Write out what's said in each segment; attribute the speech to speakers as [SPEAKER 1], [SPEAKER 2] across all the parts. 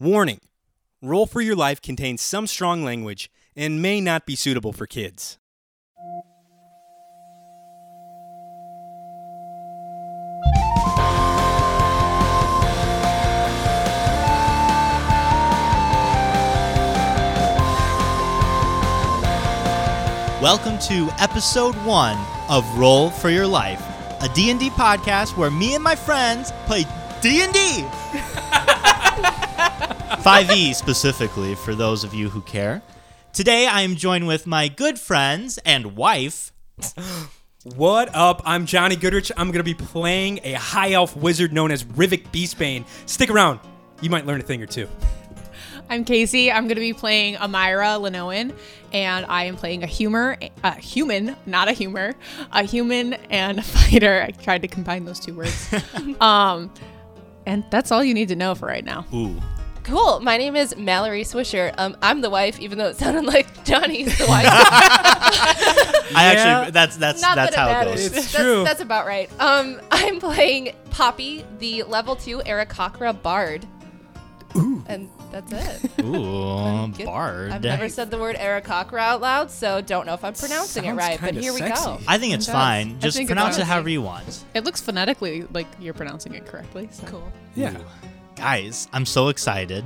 [SPEAKER 1] Warning Roll for Your Life contains some strong language and may not be suitable for kids.
[SPEAKER 2] Welcome to episode 1 of Roll for Your Life, a D&D podcast where me and my friends play D&D. 5e E specifically for those of you who care. Today I am joined with my good friends and wife.
[SPEAKER 1] What up? I'm Johnny Goodrich. I'm going to be playing a high elf wizard known as Rivik Beastbane. Stick around, you might learn a thing or two.
[SPEAKER 3] I'm Casey. I'm going to be playing Amira Lenoan, and I am playing a humor, a human, not a humor, a human and a fighter. I tried to combine those two words. um, and that's all you need to know for right now.
[SPEAKER 2] Ooh.
[SPEAKER 4] Cool. My name is Mallory Swisher. Um, I'm the wife, even though it sounded like Johnny's the wife.
[SPEAKER 2] I
[SPEAKER 1] Yeah.
[SPEAKER 2] actually that's that's
[SPEAKER 4] Not
[SPEAKER 2] that's
[SPEAKER 4] that it
[SPEAKER 2] how it
[SPEAKER 4] matters.
[SPEAKER 2] goes.
[SPEAKER 1] It's
[SPEAKER 4] that's,
[SPEAKER 1] true.
[SPEAKER 4] That's about right. Um, I'm playing Poppy, the level two Arakakra bard. Ooh. And that's it.
[SPEAKER 2] Ooh,
[SPEAKER 4] Good.
[SPEAKER 2] bard.
[SPEAKER 4] I've never said the word Arakakra out loud, so don't know if I'm pronouncing it
[SPEAKER 1] Sounds
[SPEAKER 4] right. But
[SPEAKER 1] kinda
[SPEAKER 4] here we go.
[SPEAKER 1] sexy.
[SPEAKER 2] I think it's
[SPEAKER 3] It does. I
[SPEAKER 2] fine. Just
[SPEAKER 3] think it
[SPEAKER 2] pronounce it
[SPEAKER 3] does.
[SPEAKER 2] however you want.
[SPEAKER 3] It looks phonetically like you're pronouncing it correctly. So.
[SPEAKER 4] Cool.
[SPEAKER 1] Yeah.
[SPEAKER 2] Guys, I'm so excited.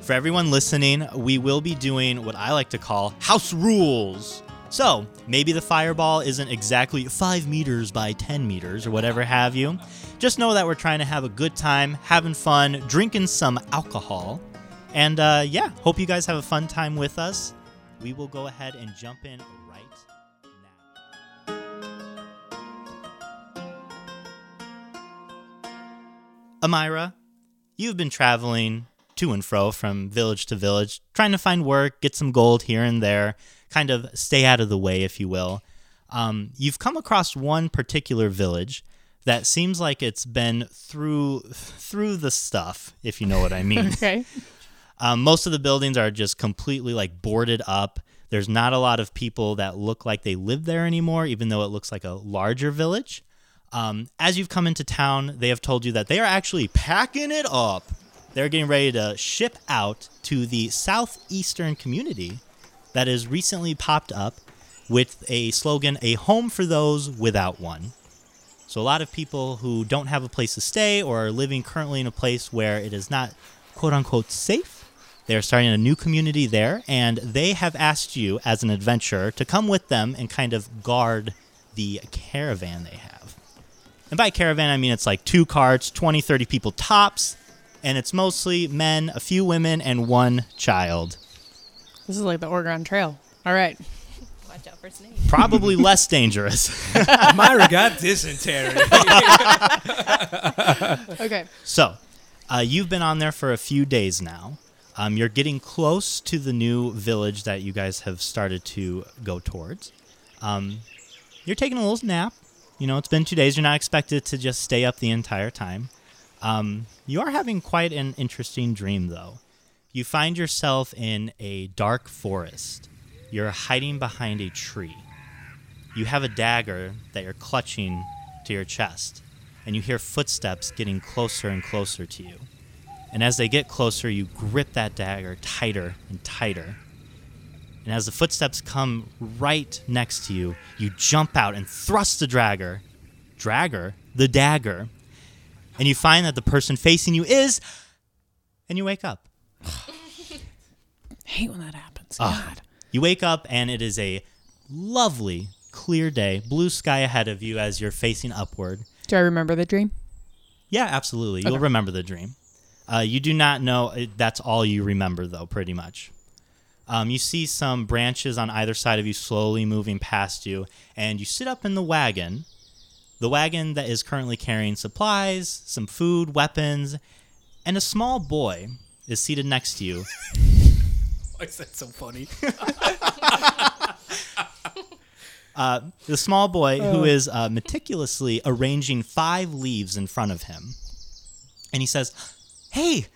[SPEAKER 2] For everyone listening, we will be doing what I like to call house rules. So, maybe the fireball isn't exactly 5 meters by 10 meters or whatever have you. Just know that we're trying to have a good time, having fun, drinking some alcohol. And uh, yeah, hope you guys have a fun time with us. We will go ahead and jump in right now. Amira, you've been traveling to and fro from village to village, trying to find work, get some gold here and there, kind of stay out of the way, if you will. Um, you've come across one particular village that seems like it's been through through the stuff, if you know what I mean.
[SPEAKER 3] Okay.
[SPEAKER 2] Um, most of the buildings are just completely like boarded up. There's not a lot of people that look like they live there anymore, even though it looks like a larger village. Um, as you've come into town, they have told you that they are actually packing it up. They're getting ready to ship out to the southeastern community that has recently popped up with a slogan, A Home for Those Without One. So a lot of people who don't have a place to stay or are living currently in a place where it is not quote unquote safe, they are starting a new community there and they have asked you as an adventurer to come with them and kind of guard the caravan they have. And by caravan I mean it's like two carts, 20, 30 people tops, and it's mostly men, a few women and one child.
[SPEAKER 3] this is like the Oregon Trail. All right.
[SPEAKER 4] Watch out for snakes.
[SPEAKER 2] Probably less dangerous.
[SPEAKER 1] Myra got dysentery.
[SPEAKER 3] Okay.
[SPEAKER 2] So, uh, you've been on there for a few days now. Um, you're getting close to the new village that you guys have started to go towards. Um, you're taking a little nap. You know, it's been two days. You're not expected to just stay up the entire time. Um, you are having quite an interesting dream, though. You find yourself in a dark forest. You're hiding behind a tree. You have a dagger that you're clutching to your chest, and you hear footsteps getting closer and closer to you. And as they get closer, you grip that dagger tighter and tighter. And as the footsteps come right next to you, you jump out and thrust the dragger, dragger, the dagger, and you find that the person facing you is, and you wake up.
[SPEAKER 3] hate when that happens.
[SPEAKER 2] Ah.
[SPEAKER 3] God.
[SPEAKER 2] You wake up and it is a lovely, clear day, blue sky ahead of you as you're facing upward.
[SPEAKER 3] Do I remember the dream?
[SPEAKER 2] Yeah, absolutely. You'll remember the dream. Uh, you do not know. it- That's all you remember, though, pretty much. Um, you see some branches on either side of you slowly moving past you, and you sit up in the wagon, the wagon that is currently carrying supplies, some food, weapons, and a small boy is seated next to you.
[SPEAKER 1] Why is that so funny?
[SPEAKER 2] The small boy who is uh, meticulously arranging five leaves in front of him. And he says, Hey,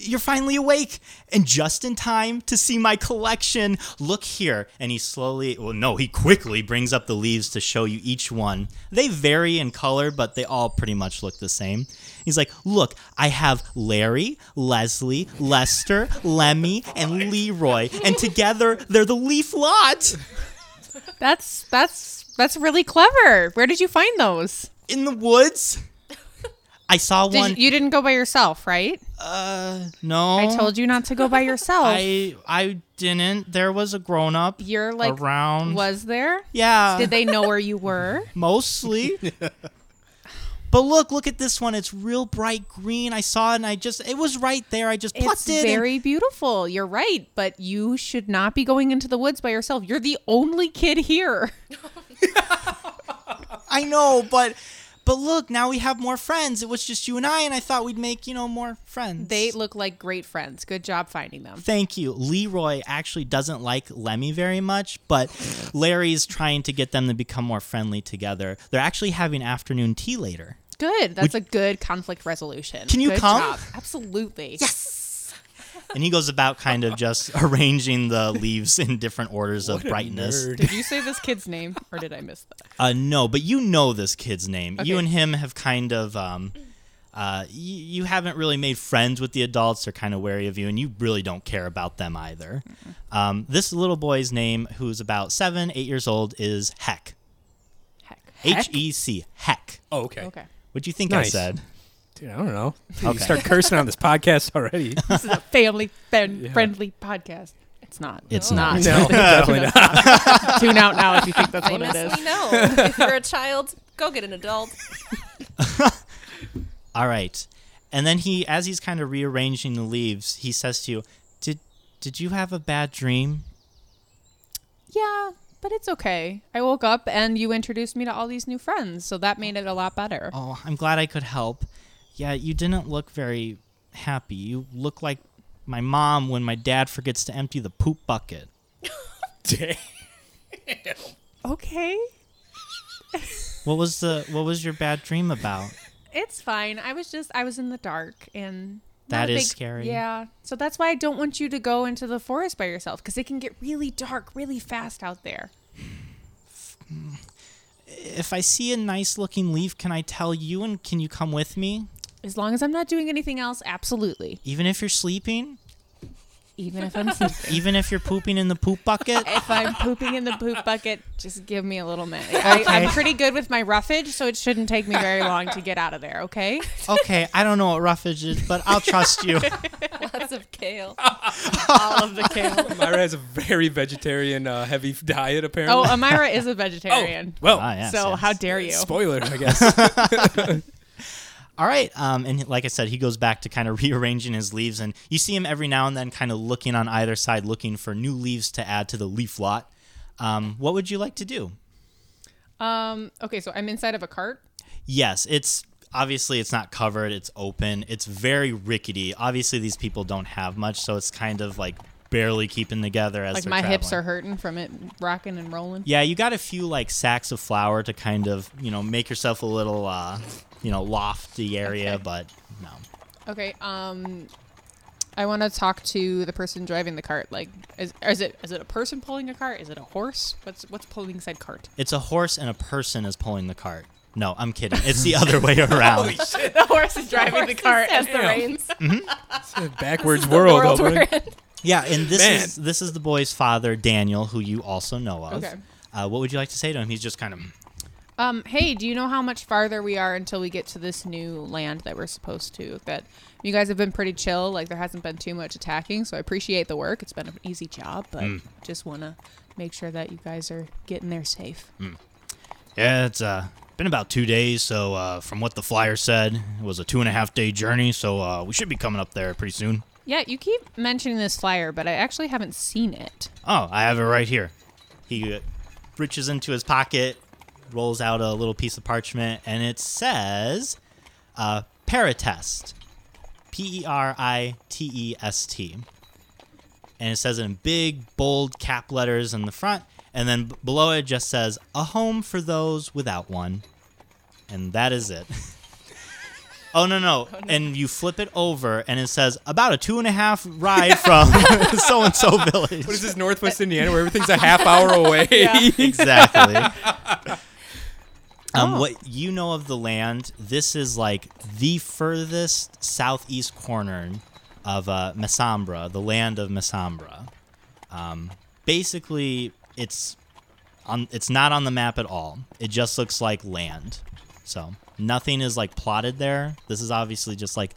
[SPEAKER 2] You're finally awake and just in time to see my collection. Look here. And he slowly, well, no, he quickly brings up the leaves to show you each one. They vary in color, but they all pretty much look the same. He's like, Look, I have Larry, Leslie, Lester, Lemmy, and Leroy. And together, they're the leaf lot.
[SPEAKER 3] That's that's that's really clever. Where did you find those?
[SPEAKER 2] in the woods. I saw
[SPEAKER 3] Did
[SPEAKER 2] one.
[SPEAKER 3] you, you didn't go by yourself, right?
[SPEAKER 2] no,
[SPEAKER 3] I told you not to go by yourself.
[SPEAKER 2] Oh. I I didn't. There was a grown up.
[SPEAKER 3] You're like
[SPEAKER 2] around.
[SPEAKER 3] Was there?
[SPEAKER 2] Yeah,
[SPEAKER 3] Did they know where you were?
[SPEAKER 2] mostly. but look, look at this one. It's real bright green. I saw it, and I just it was right there. I just plucked
[SPEAKER 3] It's
[SPEAKER 2] it. and-
[SPEAKER 3] very beautiful. You're right, but you should not be going into the woods by yourself. You're the only kid here.
[SPEAKER 2] I know, but. But look, now we have more friends. It was just you and I, and I thought we'd make, you know, more friends.
[SPEAKER 3] They look like great friends. Good job finding them.
[SPEAKER 2] Thank you. Leroy actually doesn't like Lemmy very much, but Larry's trying to get them to become more friendly together. They're actually having afternoon tea later.
[SPEAKER 3] Good. That's a good conflict resolution.
[SPEAKER 2] Can you
[SPEAKER 3] Good
[SPEAKER 2] come?
[SPEAKER 3] job. Absolutely. Yes.
[SPEAKER 2] And he goes about kind of just arranging the leaves in different orders of brightness.
[SPEAKER 1] Nerd.
[SPEAKER 3] Did you say this kid's name or did I miss that?
[SPEAKER 2] Uh, no, but you know this kid's name. You
[SPEAKER 3] Okay.
[SPEAKER 2] and him have kind of. Um, uh, you, you haven't really made friends with the adults. They're kind of wary of you, and you really don't care about them either. Um, this little boy's name, who's about seven, eight years old, is Heck.
[SPEAKER 3] Heck.
[SPEAKER 2] H E C Heck.
[SPEAKER 1] Oh, okay.
[SPEAKER 3] Okay.
[SPEAKER 2] What do you think I
[SPEAKER 1] Nice.
[SPEAKER 2] said?
[SPEAKER 1] Dude, I don't know. You start cursing on this podcast already.
[SPEAKER 3] This is a family fen- friendly podcast. It's not.
[SPEAKER 2] It's
[SPEAKER 3] No.
[SPEAKER 2] not.
[SPEAKER 1] No, definitely not.
[SPEAKER 3] Tune out now if you think that's what it is.
[SPEAKER 4] Famously, no. if you're a child, go get an adult.
[SPEAKER 2] All right. And then he, as he's kind of rearranging the leaves, he says to you, "Did did you have a bad dream?"
[SPEAKER 3] Yeah, but it's okay. I woke up and you introduced me to all these new friends, so that made it a lot better.
[SPEAKER 2] Oh, I'm glad I could help. Yeah, you didn't look very happy. You look like my mom when my dad forgets to empty the poop bucket.
[SPEAKER 3] Okay.
[SPEAKER 2] What was the what was your bad dream about?
[SPEAKER 3] It's fine. I was just I was in the dark and
[SPEAKER 2] That
[SPEAKER 3] not a
[SPEAKER 2] is
[SPEAKER 3] big-
[SPEAKER 2] scary.
[SPEAKER 3] Yeah. So that's why I don't want you to go into the forest by yourself because it can get really dark really fast out there.
[SPEAKER 2] If I see a nice looking leaf, can I tell you and can you come with me?
[SPEAKER 3] As long as I'm not doing anything else, absolutely.
[SPEAKER 2] Even if you're sleeping?
[SPEAKER 3] Even if I'm sleeping.
[SPEAKER 2] Even if you're pooping in the poop bucket?
[SPEAKER 3] if I'm pooping in the poop bucket, just give me a little minute. I, I'm pretty good with my roughage, so it shouldn't take me very long to get out of there, okay?
[SPEAKER 2] Okay, I don't know what roughage is, but I'll trust you.
[SPEAKER 4] Lots of kale.
[SPEAKER 3] All of the kale.
[SPEAKER 1] Myra has a very vegetarian uh, heavy diet, apparently. Oh,
[SPEAKER 3] Oh, Amira is a vegetarian.
[SPEAKER 1] well,
[SPEAKER 2] Ah, yes,
[SPEAKER 3] so
[SPEAKER 2] yes.
[SPEAKER 3] how dare you?
[SPEAKER 1] spoiler, I guess.
[SPEAKER 2] All right. Um, and like I said, he goes back to kind of rearranging his leaves, and you see him every now and then kind of looking on either side, looking for new leaves to add to the leaf lot. Um, what would you like to do?
[SPEAKER 3] Um. Okay, so I'm inside of a cart.
[SPEAKER 2] Yes, it's obviously it's not covered, it's open, it's very rickety. Obviously, these people don't have much, so it's kind of like barely keeping together as
[SPEAKER 3] Like
[SPEAKER 2] they're
[SPEAKER 3] my hips
[SPEAKER 2] traveling.
[SPEAKER 3] are hurting from it rocking and rolling.
[SPEAKER 2] Yeah, you got a few like sacks of flour to kind of you know make yourself a little uh, you know lofty area,
[SPEAKER 3] Okay.
[SPEAKER 2] but no.
[SPEAKER 3] Okay. Um, I want to talk to the person driving the cart. Like, is, is it is it a person pulling a cart? Is it a horse? What's what's pulling inside cart?
[SPEAKER 2] It's a horse and a person is pulling the cart. No, I'm kidding. It's the other way around.
[SPEAKER 3] The horse is driving
[SPEAKER 4] Horses has the
[SPEAKER 1] Damn.
[SPEAKER 4] reins.
[SPEAKER 1] Backwards world.
[SPEAKER 4] World
[SPEAKER 1] opening.
[SPEAKER 4] we're in.
[SPEAKER 2] yeah, and this
[SPEAKER 1] Man.
[SPEAKER 2] is this is the boy's father, Daniel, who you also know of.
[SPEAKER 3] Okay.
[SPEAKER 2] Uh, what would you like to say to him? He's just kind of.
[SPEAKER 3] Um, hey, do you know how much farther we are until we get to this new land that we're supposed to? That you guys have been pretty chill. Like there hasn't been too much attacking, so I appreciate the work. It's been an easy job, but
[SPEAKER 2] Mm.
[SPEAKER 3] just want to make sure that you guys are getting there safe.
[SPEAKER 2] Yeah, it's uh, been about two days. So uh, from what the flyer said, it was a two and a half day journey. So uh, we should be coming up there pretty soon.
[SPEAKER 3] Yeah, you keep mentioning this flyer, but I actually haven't seen it.
[SPEAKER 2] Oh, I have it right here. He uh, reaches into his pocket, rolls out a little piece of parchment, and it says uh, Paratest. P E R I T E S T. And it says it in big, bold cap letters in the front. And then b- below it just says, A home for those without one. And that is it. Oh no no! And you flip it over, and it says about a two and a half ride from so and so village.
[SPEAKER 1] What is this, Northwest Indiana, where everything's a half hour away?
[SPEAKER 3] Yeah.
[SPEAKER 2] exactly. Um, What you know of the land, this is like the furthest southeast corner of uh, Masambra, the land of Masambra. Um, basically, it's on. It's not on the map at all. It just looks like land. So nothing is like plotted there. This is obviously just like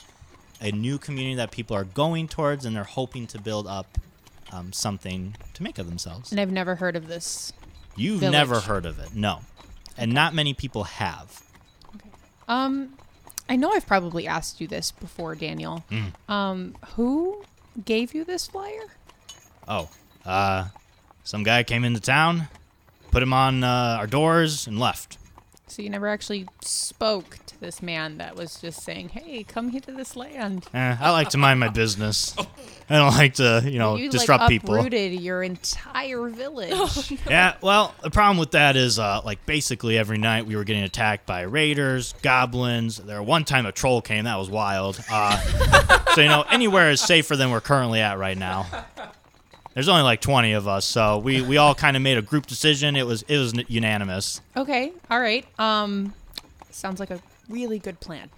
[SPEAKER 2] a new community that people are going towards, and they're hoping to build up um, something to make of themselves.
[SPEAKER 3] And I've never heard of this.
[SPEAKER 2] You've
[SPEAKER 3] village.
[SPEAKER 2] never heard of it, no. And not many people have.
[SPEAKER 3] Um, I know I've probably asked you this before, Daniel.
[SPEAKER 2] Hmm.
[SPEAKER 3] Um, who gave you this flyer?
[SPEAKER 2] Oh, uh, some guy came into town, put him on uh, our doors, and left.
[SPEAKER 3] So you never actually spoke to this man that was just saying, "Hey, come here to this land."
[SPEAKER 2] Eh, I like to mind my business. I don't like to, you know,
[SPEAKER 3] you
[SPEAKER 2] Oh, disrupt
[SPEAKER 3] like
[SPEAKER 2] people.
[SPEAKER 3] uprooted your entire village.
[SPEAKER 2] Yeah, well, the problem with that is, uh, like, basically every night we were getting attacked by raiders, goblins. There, one time a troll came. That was wild. Uh, so, you know, anywhere is safer than we're currently at right now. There's only like 20 of us, so we, we all kind of made a group decision. It was it was unanimous.
[SPEAKER 3] Okay, all right. Um, sounds like a really good plan.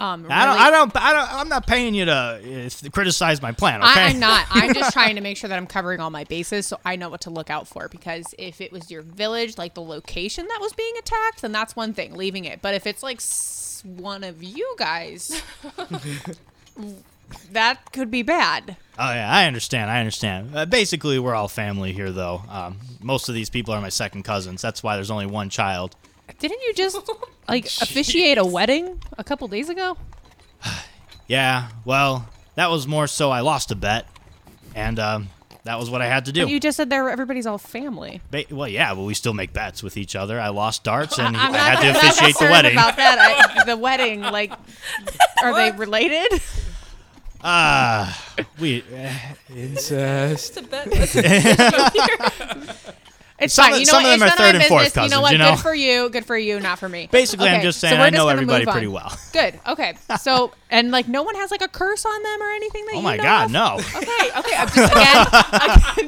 [SPEAKER 3] Um,
[SPEAKER 2] I don't
[SPEAKER 3] really-
[SPEAKER 2] I don't I don't I'm not paying you to uh, criticize my plan. Okay,
[SPEAKER 3] I, I'm not. I'm just trying to make sure that I'm covering all my bases so I know what to look out for. Because if it was your village, like the location that was being attacked, then that's one thing, leaving it. But if it's like s- one of you guys, that could be bad.
[SPEAKER 2] Oh yeah, I understand. I understand. Uh, basically, we're all family here, though. Um, most of these people are my second cousins. That's why there's only one child.
[SPEAKER 3] Didn't you just like officiate a wedding a couple days ago?
[SPEAKER 2] Yeah, well, that was more so I lost a bet, and um, that was what I had to do.
[SPEAKER 3] You just said there everybody's all family.
[SPEAKER 2] Ba- well, yeah, but we still make bets with each other. I lost darts, and I
[SPEAKER 3] I'm
[SPEAKER 2] had
[SPEAKER 3] not,
[SPEAKER 2] to
[SPEAKER 3] I'm not
[SPEAKER 2] officiate the
[SPEAKER 3] concerned
[SPEAKER 2] wedding.
[SPEAKER 3] about that. I, the wedding, like, are they related?
[SPEAKER 2] we,
[SPEAKER 1] Incest.
[SPEAKER 3] It's
[SPEAKER 2] Some
[SPEAKER 3] fine.
[SPEAKER 2] of-
[SPEAKER 3] you know
[SPEAKER 2] some
[SPEAKER 3] what?
[SPEAKER 2] of them
[SPEAKER 3] it's
[SPEAKER 2] are
[SPEAKER 3] none
[SPEAKER 2] third and
[SPEAKER 3] my
[SPEAKER 2] fourth
[SPEAKER 3] business. you
[SPEAKER 2] cousins,
[SPEAKER 3] know what?
[SPEAKER 2] you know?
[SPEAKER 3] Good for you. Good for you. Not for me.
[SPEAKER 2] Basically, I'm just saying
[SPEAKER 3] we're
[SPEAKER 2] I know
[SPEAKER 3] gonna
[SPEAKER 2] everybody
[SPEAKER 3] move on.
[SPEAKER 2] pretty well.
[SPEAKER 3] Good. Okay. So and like no one has like a curse on them or anything that
[SPEAKER 2] oh
[SPEAKER 3] you
[SPEAKER 2] my
[SPEAKER 3] know
[SPEAKER 2] God,
[SPEAKER 3] of?
[SPEAKER 2] no!
[SPEAKER 3] Okay. Okay. I'm just again,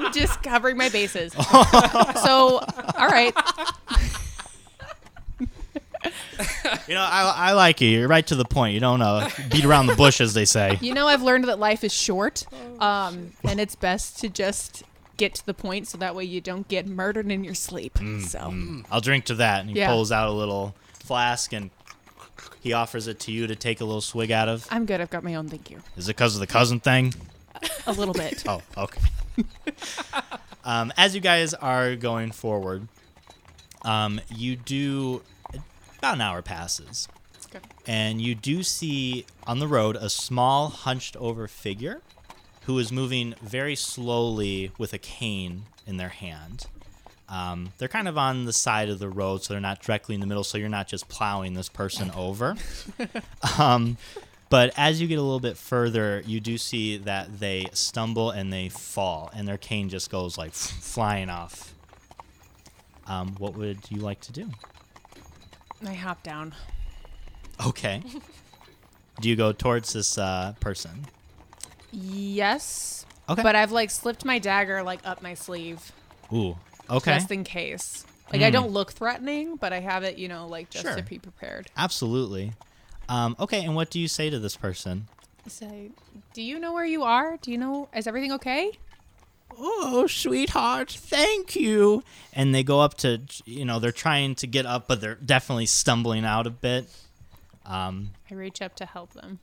[SPEAKER 3] I'm just covering my bases. so all right.
[SPEAKER 2] You know, I, I like you. You're right to the point. You don't uh, beat around the bush, as they say.
[SPEAKER 3] You know I've learned that life is short, um, and it's best to just get to the point so that way you don't get murdered in your sleep.
[SPEAKER 2] Mm,
[SPEAKER 3] so.
[SPEAKER 2] I'll drink to that. And he
[SPEAKER 3] Yeah.
[SPEAKER 2] pulls out a little flask and he offers it to you to take a little swig out of.
[SPEAKER 3] I'm good. I've got my own. Thank you.
[SPEAKER 2] Is it because of the cousin thing?
[SPEAKER 3] A little bit.
[SPEAKER 2] Oh, okay. um, as you guys are going forward, um, you do about an hour passes, and you do see on the road a small, hunched over figure who is moving very slowly with a cane in their hand. Um, they're kind of on the side of the road, so they're not directly in the middle, so you're not just plowing this person over. um, but as you get a little bit further, you do see that they stumble and they fall, and their cane just goes like flying off. Um, what would you like to do?
[SPEAKER 3] I hop down.
[SPEAKER 2] Okay. do you go towards this uh, person?
[SPEAKER 3] Yes.
[SPEAKER 2] Okay.
[SPEAKER 3] But I've like slipped my dagger like up my sleeve
[SPEAKER 2] Ooh. Okay. Hmm.
[SPEAKER 3] just in case. Like I don't look threatening, but I have it, you know, like just
[SPEAKER 2] Sure.
[SPEAKER 3] to be prepared.
[SPEAKER 2] Absolutely. Um, okay, and what do you say to this person?
[SPEAKER 3] So, do you know where you are? Do you know is everything okay?
[SPEAKER 2] oh sweetheart thank you and they go up to you know they're trying to get up but they're definitely stumbling out a bit um
[SPEAKER 3] I reach up to help them.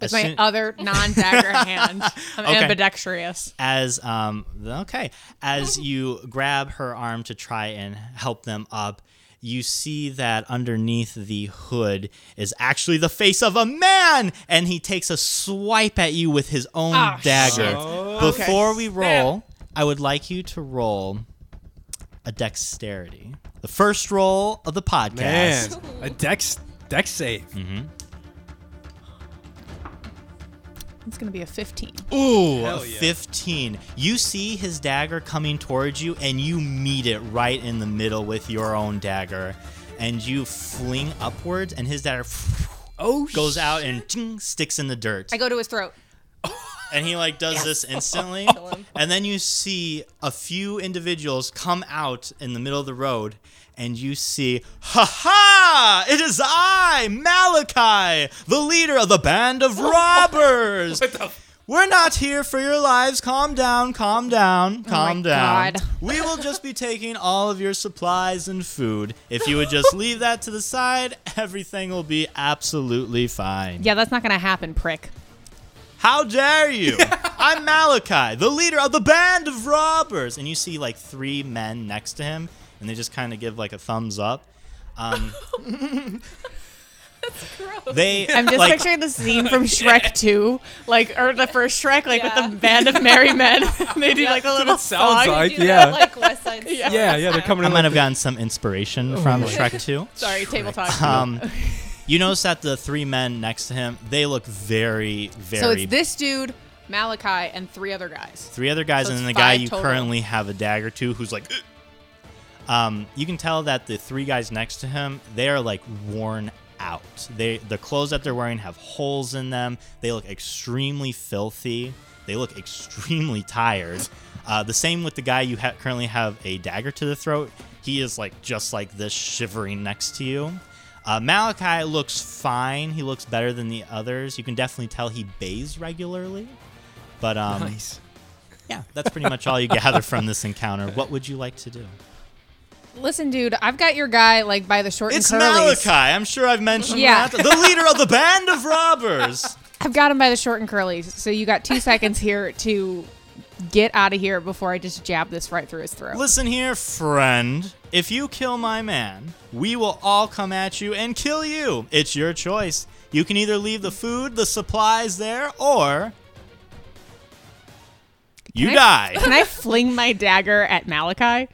[SPEAKER 2] as,
[SPEAKER 3] With my
[SPEAKER 2] soon-
[SPEAKER 3] other non-dagger hand. I'm
[SPEAKER 2] Okay.
[SPEAKER 3] ambidextrous.
[SPEAKER 2] as um okay as you grab her arm to try and help them up you see that underneath the hood is actually the face of a man and he takes a swipe at you with his own
[SPEAKER 3] Ah,
[SPEAKER 2] dagger
[SPEAKER 3] shit.
[SPEAKER 2] before we roll i would like you to roll a dexterity the first roll of the
[SPEAKER 1] Man,
[SPEAKER 2] podcast
[SPEAKER 1] Hmm. a dex dex save.
[SPEAKER 3] It's going to be a 15.
[SPEAKER 2] Ooh,
[SPEAKER 1] Hell
[SPEAKER 2] a
[SPEAKER 1] yeah.
[SPEAKER 2] 15. You see his dagger coming towards you, and you meet it right in the middle with your own dagger. And you fling upwards, and his dagger
[SPEAKER 1] Oh,
[SPEAKER 2] goes
[SPEAKER 1] sh-
[SPEAKER 2] out and ting, sticks in the dirt.
[SPEAKER 3] I go to his throat.
[SPEAKER 2] and he like does this instantly
[SPEAKER 4] him.
[SPEAKER 2] and then you see a few individuals come out in the middle of the road and you see ha ha it is i malachi the leader of the band of robbers
[SPEAKER 1] What the f-
[SPEAKER 2] we're not here for your lives calm down calm
[SPEAKER 1] Oh
[SPEAKER 2] down calm down
[SPEAKER 3] God.
[SPEAKER 2] we will just be taking all of your supplies and food if you would just leave that to the side everything will be absolutely fine
[SPEAKER 3] Yeah, that's not gonna happen, prick.
[SPEAKER 2] how dare you? I'm Malachi, the leader of the band of robbers. And you see like three men next to him, and they just kind of give like a thumbs up. Um, They
[SPEAKER 3] I'm just
[SPEAKER 2] like,
[SPEAKER 3] picturing the scene from Shrek 2, like or the first Shrek, like
[SPEAKER 4] Yeah.
[SPEAKER 3] with the band of merry men. they do like a little
[SPEAKER 1] it sounds
[SPEAKER 3] song.
[SPEAKER 1] like,
[SPEAKER 4] Do
[SPEAKER 1] yeah.
[SPEAKER 4] that, like West Side Story.
[SPEAKER 1] yeah, yeah, they're coming
[SPEAKER 2] I
[SPEAKER 1] in.
[SPEAKER 2] might
[SPEAKER 1] like-
[SPEAKER 2] have gotten some inspiration
[SPEAKER 3] Oh.
[SPEAKER 2] from Shrek 2.
[SPEAKER 3] Sorry, table talk.
[SPEAKER 2] Um, you notice that the three men next to him, they look very, very.
[SPEAKER 3] so it's this dude, Malachi, and three other guys.
[SPEAKER 2] three other guys,
[SPEAKER 3] So
[SPEAKER 2] and then the
[SPEAKER 3] it's
[SPEAKER 2] guy
[SPEAKER 3] five
[SPEAKER 2] you
[SPEAKER 3] total.
[SPEAKER 2] currently have a dagger to, who's like. "Ugh." Um, you can tell that the three guys next to him, they are like worn out. They the clothes that they're wearing have holes in them. They look extremely filthy. They look extremely tired. Uh, the same with the guy you ha- currently have a dagger to the throat. He is like just like this, shivering next to you. Uh, Malachi looks fine. He looks better than the others. You can definitely tell he bathes regularly. But um,
[SPEAKER 1] Nice.
[SPEAKER 2] yeah, that's pretty much all you gather from this encounter. What would you like to do?
[SPEAKER 3] Listen, dude, I've got your guy like by the short
[SPEAKER 2] It's
[SPEAKER 3] and curlies.
[SPEAKER 2] Malachi. I'm sure I've mentioned
[SPEAKER 3] Yeah.
[SPEAKER 2] that. The leader of the band of robbers.
[SPEAKER 3] I've got him by the short and curlies. So you got two seconds here to get out of here before I just jab this right through his throat.
[SPEAKER 2] Listen here, friend. If you kill my man, we will all come at you and kill you. It's your choice. You can either leave the food, the supplies there, or you
[SPEAKER 3] I-
[SPEAKER 2] die.
[SPEAKER 3] Can I fling my dagger at Malachi?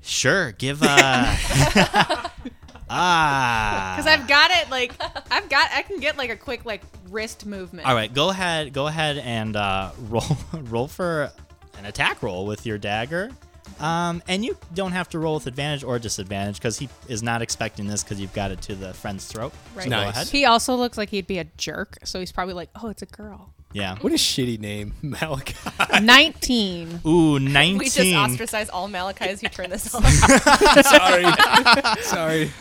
[SPEAKER 2] Sure, give a. ah.
[SPEAKER 3] Because I've got it like I've got I can get like a quick like wrist movement.
[SPEAKER 2] All right, go ahead. Go ahead and uh, roll roll for an attack roll with your dagger. Um, and you don't have to roll with advantage or disadvantage because he is not expecting this because you've got it to the friend's throat.
[SPEAKER 3] Right.
[SPEAKER 2] So go
[SPEAKER 1] Nice.
[SPEAKER 2] ahead.
[SPEAKER 3] He also looks like he'd be a jerk, so he's probably like, "Oh, it's a girl."
[SPEAKER 2] Yeah.
[SPEAKER 1] What a shitty name, Malachi.
[SPEAKER 3] Nineteen.
[SPEAKER 2] Ooh,
[SPEAKER 4] We just
[SPEAKER 2] 19.
[SPEAKER 4] ostracize all Malachi's who turn this on.
[SPEAKER 1] Sorry. Sorry.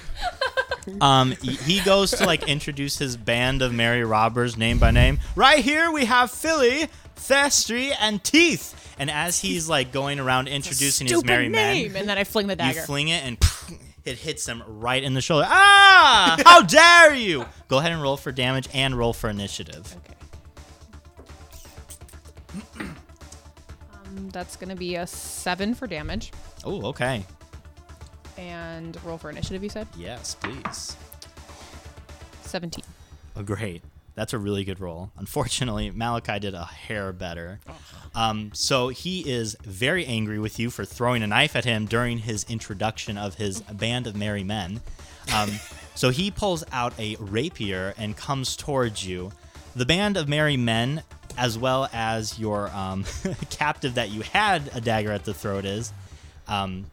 [SPEAKER 2] Um, he- he goes to like introduce his band of merry robbers name by name. Right here we have Philly, Thestry, and Teeth. And as he's like going around introducing his
[SPEAKER 3] Stupid
[SPEAKER 2] merry men,
[SPEAKER 3] name. And then I fling the
[SPEAKER 2] You
[SPEAKER 3] dagger.
[SPEAKER 2] fling it and it hits him right in the shoulder. Ah! How dare you! Go ahead and roll for damage and roll for initiative.
[SPEAKER 3] okay. um, that's gonna be a seven for damage,
[SPEAKER 2] Oh, okay.
[SPEAKER 3] and roll for initiative. You said
[SPEAKER 2] Yes, please.
[SPEAKER 3] seventeen.
[SPEAKER 2] Oh, great. That's a really good roll. Unfortunately, Malachi did a hair better. Um, so he is very angry with you for throwing a knife at him during his introduction of his band of merry men. Um, so he pulls out a rapier and comes towards you. The band of merry men, as well as your um, captive that you had a dagger at the throat, is. Um,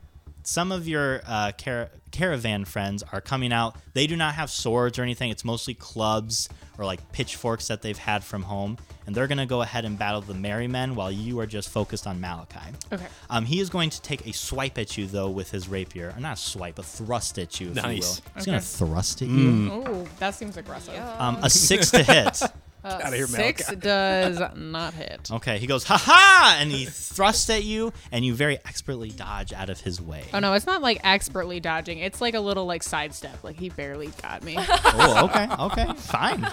[SPEAKER 2] some of your uh, car- caravan friends are coming out. They do not have swords or anything. It's mostly clubs or like pitchforks that they've had from home. And they're going to go ahead and battle the Merry Men while you are just focused on Malachi.
[SPEAKER 3] Okay.
[SPEAKER 2] Um, he is going to take a swipe at you, though, with his rapier. Or not a swipe, a thrust at you, if you will.
[SPEAKER 1] Nice. Mm.
[SPEAKER 2] He's going to
[SPEAKER 3] Okay.
[SPEAKER 2] thrust at you.
[SPEAKER 3] Oh, that seems aggressive.
[SPEAKER 2] Um, a six to hit.
[SPEAKER 3] Uh,
[SPEAKER 1] outta here,
[SPEAKER 3] six
[SPEAKER 1] Malachi.
[SPEAKER 3] does not hit.
[SPEAKER 2] Okay, he goes, ha ha! And he thrusts at you, and you very expertly dodge out of his way.
[SPEAKER 3] Oh no, it's not like expertly dodging. It's like a little like sidestep. Like he barely got me.
[SPEAKER 2] oh, okay, okay, fine.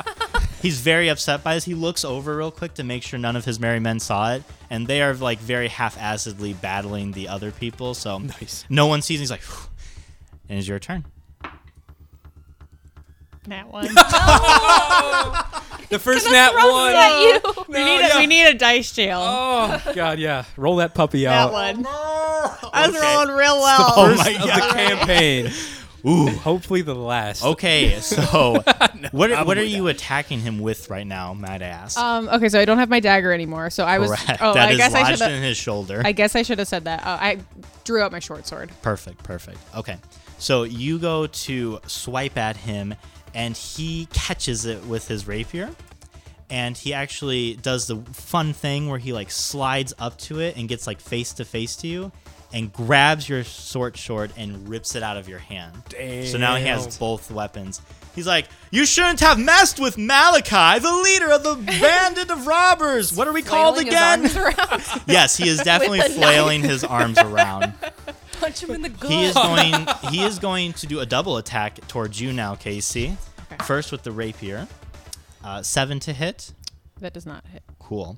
[SPEAKER 2] He's very upset by this. He looks over real quick to make sure none of his merry men saw it, and they are like very half-assedly battling the other people. So
[SPEAKER 1] Nice.
[SPEAKER 2] no one sees. He's like, "Phew." and it's your turn.
[SPEAKER 3] That one.
[SPEAKER 1] The first nat one.
[SPEAKER 4] at you.
[SPEAKER 1] No,
[SPEAKER 3] we, need a,
[SPEAKER 1] yeah.
[SPEAKER 3] we need a dice jail.
[SPEAKER 1] Oh God, yeah. Roll that puppy
[SPEAKER 3] that
[SPEAKER 1] out.
[SPEAKER 2] Oh.
[SPEAKER 3] one.
[SPEAKER 2] I was rolling
[SPEAKER 3] real
[SPEAKER 2] Oh
[SPEAKER 1] First
[SPEAKER 2] my
[SPEAKER 1] of
[SPEAKER 2] God.
[SPEAKER 1] the campaign.
[SPEAKER 2] Ooh.
[SPEAKER 1] Hopefully the last.
[SPEAKER 2] Okay, so what are, what are
[SPEAKER 1] probably
[SPEAKER 2] you attacking him with right now, might I ask?
[SPEAKER 3] Um. Okay, so I don't have my dagger anymore. So I was.
[SPEAKER 2] Correct.
[SPEAKER 3] Oh,
[SPEAKER 2] That
[SPEAKER 3] I
[SPEAKER 2] is
[SPEAKER 3] guess I
[SPEAKER 2] lodged
[SPEAKER 3] should.
[SPEAKER 2] in
[SPEAKER 3] have
[SPEAKER 2] his shoulder.
[SPEAKER 3] I guess I should have said that. Uh, I drew out my short sword.
[SPEAKER 2] Perfect, perfect. Okay. So you go to swipe at him and he catches it with his rapier. And he actually does the fun thing where he like slides up to it and gets like face to face to you and grabs your sword short and rips it out of your hand. So now he
[SPEAKER 1] Damn.
[SPEAKER 2] has both weapons. He's like, You shouldn't have messed with Malachi, the leader of the bandit of robbers. What are we called
[SPEAKER 4] Flailing his
[SPEAKER 2] again?
[SPEAKER 4] arms around.
[SPEAKER 2] Yes, he is definitely
[SPEAKER 4] With a knife.
[SPEAKER 2] flailing his arms around.
[SPEAKER 4] Punch him in the gut.
[SPEAKER 2] He is going. He is going to do a double attack towards you now, Casey. First with the rapier, uh, seven to hit.
[SPEAKER 3] That does not hit.
[SPEAKER 2] Cool.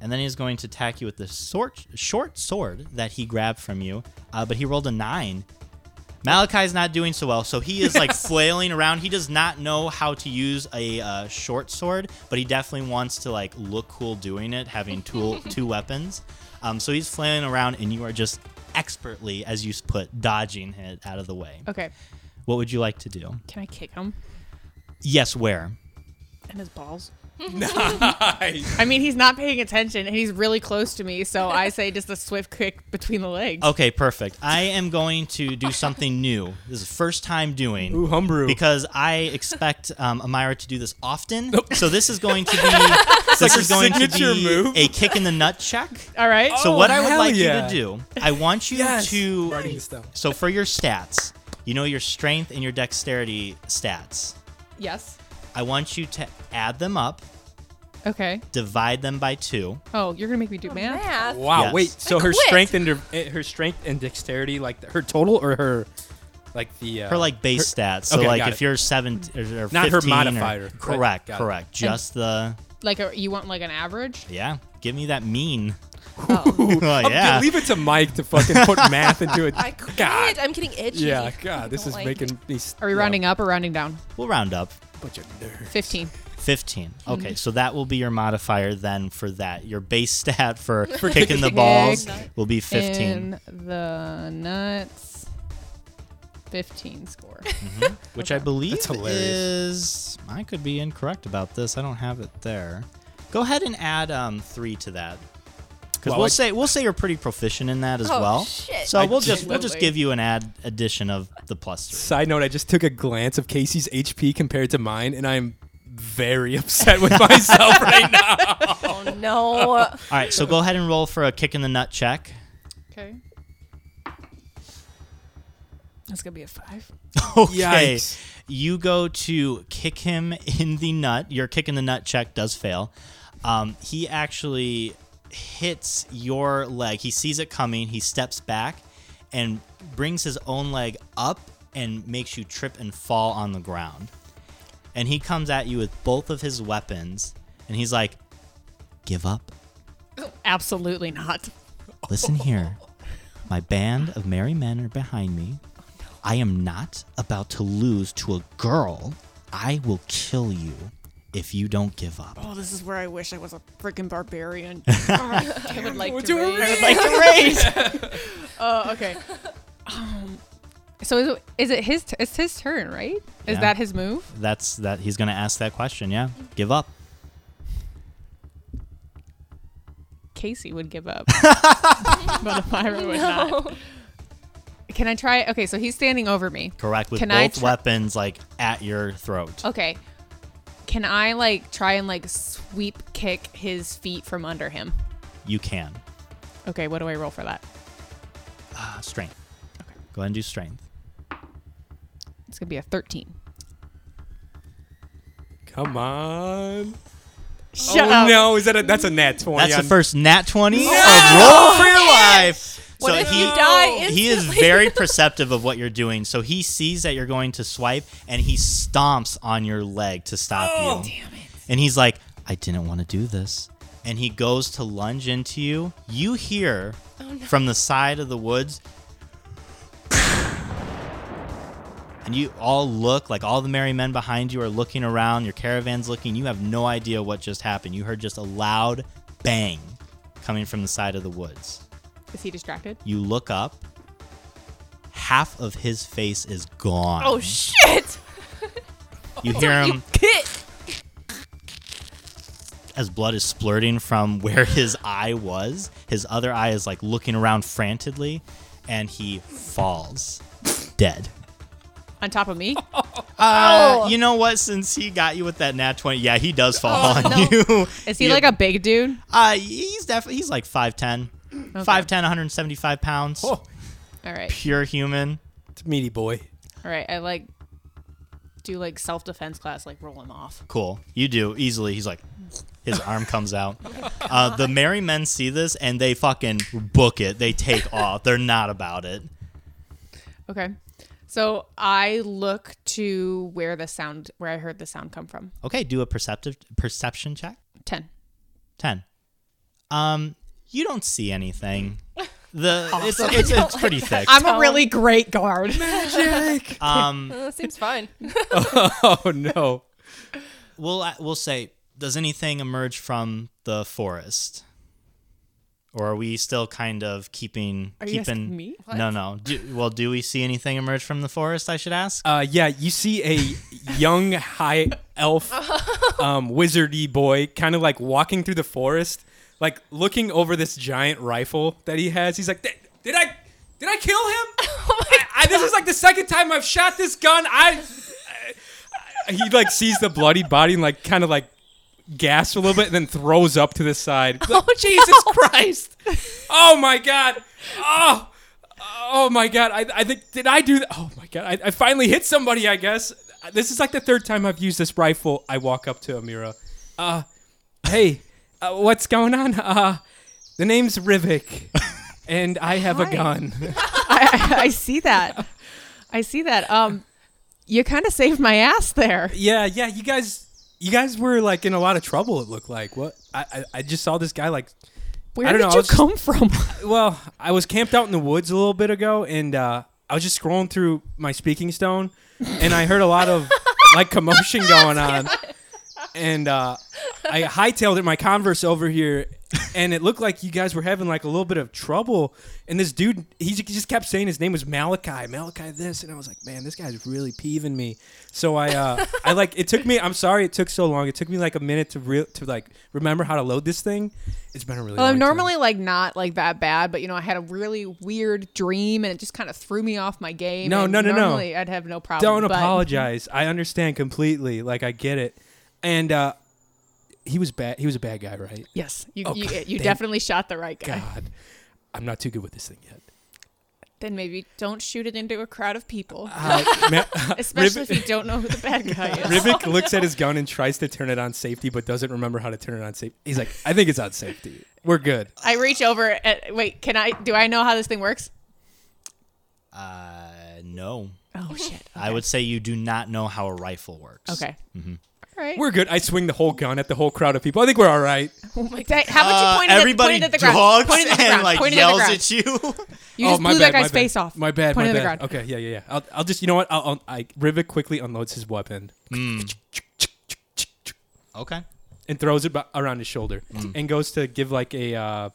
[SPEAKER 2] And then he's going to attack you with the short, short sword that he grabbed from you, uh, but he rolled a nine. Malachi's not doing so well, so he is like flailing around. He does not know how to use a uh, short sword, but he definitely wants to like look cool doing it, having two two weapons. Um, so he's flailing around, and you are just expertly, as you s- put, dodging it out of the way.
[SPEAKER 3] Okay.
[SPEAKER 2] What would you like to do?
[SPEAKER 3] Can I kick him
[SPEAKER 2] Yes, where?
[SPEAKER 3] and his balls?
[SPEAKER 1] Nice.
[SPEAKER 3] I mean, he's not paying attention and he's really close to me, so I say just a swift kick between the legs.
[SPEAKER 2] Okay, perfect. I am going to do something new. This is the first time doing.
[SPEAKER 1] Ooh, homebrew.
[SPEAKER 2] Because I expect um, Amira to do this often. So this is going to be this
[SPEAKER 1] like her
[SPEAKER 2] is going to
[SPEAKER 1] signature
[SPEAKER 2] be
[SPEAKER 1] move.
[SPEAKER 2] a kick in the nut check.
[SPEAKER 3] All right.
[SPEAKER 2] So
[SPEAKER 1] Oh,
[SPEAKER 2] what I would
[SPEAKER 1] hell
[SPEAKER 2] like
[SPEAKER 1] yeah.
[SPEAKER 2] you to do, I want you
[SPEAKER 1] Yes.
[SPEAKER 2] to
[SPEAKER 1] Writing this down.
[SPEAKER 2] So for your stats, you know your strength and your dexterity stats.
[SPEAKER 4] yes.
[SPEAKER 2] I want you to add them up,
[SPEAKER 3] okay.
[SPEAKER 2] divide them by 2.
[SPEAKER 3] Oh, you're going to make me do math?
[SPEAKER 4] Math.
[SPEAKER 1] Wow.
[SPEAKER 2] Yes.
[SPEAKER 1] Wait. So
[SPEAKER 4] I
[SPEAKER 1] her
[SPEAKER 4] quit.
[SPEAKER 1] strength and her, her strength and dexterity, like her total or her, like the uh,
[SPEAKER 2] her like base stats. So
[SPEAKER 1] okay,
[SPEAKER 2] like
[SPEAKER 1] got
[SPEAKER 2] if
[SPEAKER 1] it.
[SPEAKER 2] you're seven or, or
[SPEAKER 1] Not her
[SPEAKER 2] 15 or-
[SPEAKER 1] modifier, right?
[SPEAKER 2] correct,
[SPEAKER 1] Got it.
[SPEAKER 2] correct. Just the
[SPEAKER 3] Like, a, you want like an average?
[SPEAKER 2] yeah. Give me that mean.
[SPEAKER 4] Oh.
[SPEAKER 2] Oh,
[SPEAKER 1] I'm-
[SPEAKER 2] yeah.
[SPEAKER 1] Leave it to Mike to fucking put math into it.
[SPEAKER 4] I quit.
[SPEAKER 1] Ah, God.
[SPEAKER 4] I'm getting itchy.
[SPEAKER 1] Yeah.
[SPEAKER 4] I
[SPEAKER 1] God. This
[SPEAKER 4] don't
[SPEAKER 1] is
[SPEAKER 4] like it.
[SPEAKER 1] making these.
[SPEAKER 3] Are we rounding up or rounding down?
[SPEAKER 2] We'll round up.
[SPEAKER 1] Bunch of nerds.
[SPEAKER 3] 15.
[SPEAKER 2] 15. Okay, so that will be your modifier then for that. Your base stat for
[SPEAKER 1] kicking
[SPEAKER 2] kicking the
[SPEAKER 1] the
[SPEAKER 2] balls
[SPEAKER 4] nut.
[SPEAKER 2] will be 15.
[SPEAKER 3] In the nuts. 15 score.
[SPEAKER 2] which I believe
[SPEAKER 1] That's hilarious.
[SPEAKER 2] is I could be incorrect about this. I don't have it there. Go ahead and add um, three to that. Because
[SPEAKER 1] Well,
[SPEAKER 2] we'll
[SPEAKER 1] I-
[SPEAKER 2] say we'll say you're pretty proficient in that as
[SPEAKER 4] Oh,
[SPEAKER 2] well.
[SPEAKER 4] shit.
[SPEAKER 2] So
[SPEAKER 1] I-
[SPEAKER 2] we'll just we'll just
[SPEAKER 3] Absolutely.
[SPEAKER 2] give you an add addition of the plus three.
[SPEAKER 1] Side note: I just took a glance of Casey's HP compared to mine, and I'm very upset with myself right now.
[SPEAKER 4] Oh no.
[SPEAKER 2] All right, so go ahead and roll for a kick in the nut check.
[SPEAKER 3] okay. That's going to be a five.
[SPEAKER 2] Okay.
[SPEAKER 1] Yikes.
[SPEAKER 2] You go to kick him in the nut. Your kick in the nut check does fail. Um, he actually hits your leg. He sees it coming. He steps back and brings his own leg up and makes you trip and fall on the ground. And he comes at you with both of his weapons and he's like, Give up.
[SPEAKER 3] Absolutely not.
[SPEAKER 2] Listen here. My band of merry men are behind me. I am not about to lose to a girl. I will kill you if you don't give up.
[SPEAKER 3] Oh, this is where I wish I was a freaking barbarian.
[SPEAKER 4] I would
[SPEAKER 3] like
[SPEAKER 1] Would
[SPEAKER 3] to
[SPEAKER 1] you raise-
[SPEAKER 3] raise-
[SPEAKER 2] Like a raise.
[SPEAKER 3] Oh, okay. Um, so is it, is it his? T- it's his turn, right? Is
[SPEAKER 2] Yeah.
[SPEAKER 3] that his move?
[SPEAKER 2] That's that he's gonna ask that question, yeah. Give up.
[SPEAKER 3] Casey would give up, but Amira would not. Can I try? Okay, so he's standing over me.
[SPEAKER 2] Correct with
[SPEAKER 3] Can I Oh.
[SPEAKER 2] both
[SPEAKER 3] tr-
[SPEAKER 2] weapons like at your throat.
[SPEAKER 3] Okay, can I like try and like sweep kick his feet from under him?
[SPEAKER 2] You can.
[SPEAKER 3] Okay, what do I roll for that?
[SPEAKER 2] Ah, strength. Go ahead and do strength.
[SPEAKER 3] It's gonna be a thirteen.
[SPEAKER 1] Come on.
[SPEAKER 3] Shut
[SPEAKER 1] oh
[SPEAKER 3] up.
[SPEAKER 1] no! Is that a, that's a nat twenty?
[SPEAKER 2] That's the
[SPEAKER 1] on-
[SPEAKER 2] first Nat 20 of
[SPEAKER 1] No!
[SPEAKER 2] roll for your life.
[SPEAKER 4] What
[SPEAKER 2] so
[SPEAKER 4] if
[SPEAKER 2] he
[SPEAKER 4] you die
[SPEAKER 2] he is
[SPEAKER 4] instantly?
[SPEAKER 2] very perceptive of what you're doing. So he sees that you're going to swipe and he stomps on your leg to stop
[SPEAKER 1] Oh.
[SPEAKER 2] you. Damn it. And he's like, I didn't want to do this. And he goes to lunge into you. You hear from the side of the woods. And you all look like all the merry men behind you are looking around, your caravan's looking. You have no idea what just happened. You heard just a loud bang coming from the side of the woods.
[SPEAKER 3] Is he distracted?
[SPEAKER 2] You look up. Half of his face is gone.
[SPEAKER 4] Oh shit.
[SPEAKER 2] you hear him
[SPEAKER 4] You
[SPEAKER 1] Mm.
[SPEAKER 4] kid.
[SPEAKER 2] as blood is splurting from where his eye was. His other eye is like looking around frantically, and he falls dead.
[SPEAKER 3] On top of me?
[SPEAKER 2] Uh,
[SPEAKER 4] Ow.
[SPEAKER 2] You know what? Since he got you with that nat twenty, yeah, he does fall
[SPEAKER 4] Oh,
[SPEAKER 2] on
[SPEAKER 4] no.
[SPEAKER 2] you.
[SPEAKER 3] Is he
[SPEAKER 2] Yeah.
[SPEAKER 3] like a big dude?
[SPEAKER 2] Uh, he's definitely he's like 5'10", 5'10", 175 pounds,
[SPEAKER 1] Oh,
[SPEAKER 3] All right.
[SPEAKER 2] pure human.
[SPEAKER 1] it's a meaty boy.
[SPEAKER 3] All right. I like do like self defense class, like roll him off.
[SPEAKER 2] Cool, you do easily. He's like, his arm comes out. Uh, the merry men see this and they fucking book it. They take off. They're not about it.
[SPEAKER 3] Okay. So I look to where the sound, where I heard the sound come from.
[SPEAKER 2] Okay, do a perceptive perception check.
[SPEAKER 3] 10.
[SPEAKER 2] 10 um you don't see anything the it's it's, it's pretty thick
[SPEAKER 3] Oh, I'm a
[SPEAKER 4] Tone.
[SPEAKER 3] really great guard.
[SPEAKER 2] um
[SPEAKER 4] Uh, seems fine.
[SPEAKER 1] Oh no.
[SPEAKER 2] we'll uh, we'll say does anything emerge from the forest or are we still kind of keeping
[SPEAKER 3] Are
[SPEAKER 2] keeping
[SPEAKER 3] you asking me?
[SPEAKER 2] no no do, well do we see anything emerge from the forest i should ask
[SPEAKER 1] Uh, yeah, you see a young high elf, um, wizardy boy, kind of like walking through the forest, like looking over this giant rifle that he has. He's like, "Did, did I, did I kill him? I, I, this is like the second time I've shot this gun. I, I- he like sees the bloody body and like kind of like gasps a little bit and then throws up to the side. Oh Jesus Christ! Oh my God! Oh. Oh my god! I, I think did I do that? Oh my god! I, I finally hit somebody. I guess this is like the third time I've used this rifle. I walk up to Amira. Uh, hey, uh, what's going on? Uh, the name's Rivik, and I have a
[SPEAKER 3] Hi.
[SPEAKER 1] gun.
[SPEAKER 3] I, I, I see that. I see that. Um, you kind of saved my ass there.
[SPEAKER 1] yeah, yeah. You guys, you guys were like in a lot of trouble. It looked like what I I, I just saw this guy like.
[SPEAKER 3] Where
[SPEAKER 1] I
[SPEAKER 3] did
[SPEAKER 1] don't know, I
[SPEAKER 3] you
[SPEAKER 1] was just-
[SPEAKER 3] come from?
[SPEAKER 1] Well, I was camped out in the woods a little bit ago, and uh, I was just scrolling through my speaking stone, and I heard a lot of like commotion going on, and uh, I hightailed it my Converse over here, and it looked like you guys were having like a little bit of trouble, and this dude he j- just kept saying his name was Malachi, Malachi this, and I was like, man, this guy's really peeving me. So I uh, I like it took me. I'm sorry it took so long. It took me like a minute to real to like remember how to load this thing. It's been a really.
[SPEAKER 3] Well,
[SPEAKER 1] long time.
[SPEAKER 3] I'm normally like not like that bad, but you know, I had a really weird dream and it just kind of threw me off my game.
[SPEAKER 1] No,
[SPEAKER 3] and
[SPEAKER 1] no, no, no.
[SPEAKER 3] normally I'd have no problem.
[SPEAKER 1] don't
[SPEAKER 3] but-
[SPEAKER 1] apologize. I understand completely. Like I get it. And uh he was bad. He was a bad guy, right?
[SPEAKER 3] Yes, you
[SPEAKER 1] Oh,
[SPEAKER 3] you,
[SPEAKER 1] God,
[SPEAKER 3] you
[SPEAKER 1] thank
[SPEAKER 3] definitely shot the right guy.
[SPEAKER 1] God, I'm not too good with this thing yet.
[SPEAKER 3] Then maybe don't shoot it into a crowd of people,
[SPEAKER 1] Uh, Ma-
[SPEAKER 3] especially
[SPEAKER 1] Rivet-
[SPEAKER 3] if you don't know who the bad guy is.
[SPEAKER 1] Rivik looks at his gun and tries to turn it on safety, but doesn't remember how to turn it on safety. He's like, "I think it's on safety. We're good."
[SPEAKER 3] I reach over. And, wait, can I? Do I know how this thing works?
[SPEAKER 2] uh no
[SPEAKER 3] Oh shit.
[SPEAKER 2] i would say you do not know how a rifle works
[SPEAKER 3] Okay.
[SPEAKER 1] Mm-hmm.
[SPEAKER 3] All right.
[SPEAKER 1] We're good. I swing the whole gun at the whole crowd of people. I think we're all right.
[SPEAKER 3] Oh my God. How about
[SPEAKER 2] Uh,
[SPEAKER 3] you point it, at,
[SPEAKER 2] everybody
[SPEAKER 3] point it at the ground?
[SPEAKER 2] dogs
[SPEAKER 3] point it at the
[SPEAKER 2] and
[SPEAKER 3] ground.
[SPEAKER 2] like
[SPEAKER 3] point it
[SPEAKER 2] yells
[SPEAKER 3] at, the
[SPEAKER 2] at you.
[SPEAKER 3] ground. You just blew that guy's
[SPEAKER 1] Oh, bad.
[SPEAKER 3] face off.
[SPEAKER 1] My bad.
[SPEAKER 3] Point
[SPEAKER 1] my
[SPEAKER 3] it at
[SPEAKER 1] bad.
[SPEAKER 3] the ground.
[SPEAKER 1] Okay, yeah, yeah, yeah. I'll, I'll just, you know what? I'll, I'll, I Rivik quickly unloads his weapon
[SPEAKER 2] okay.
[SPEAKER 1] and throws it ba- around his shoulder and goes to give like a uh,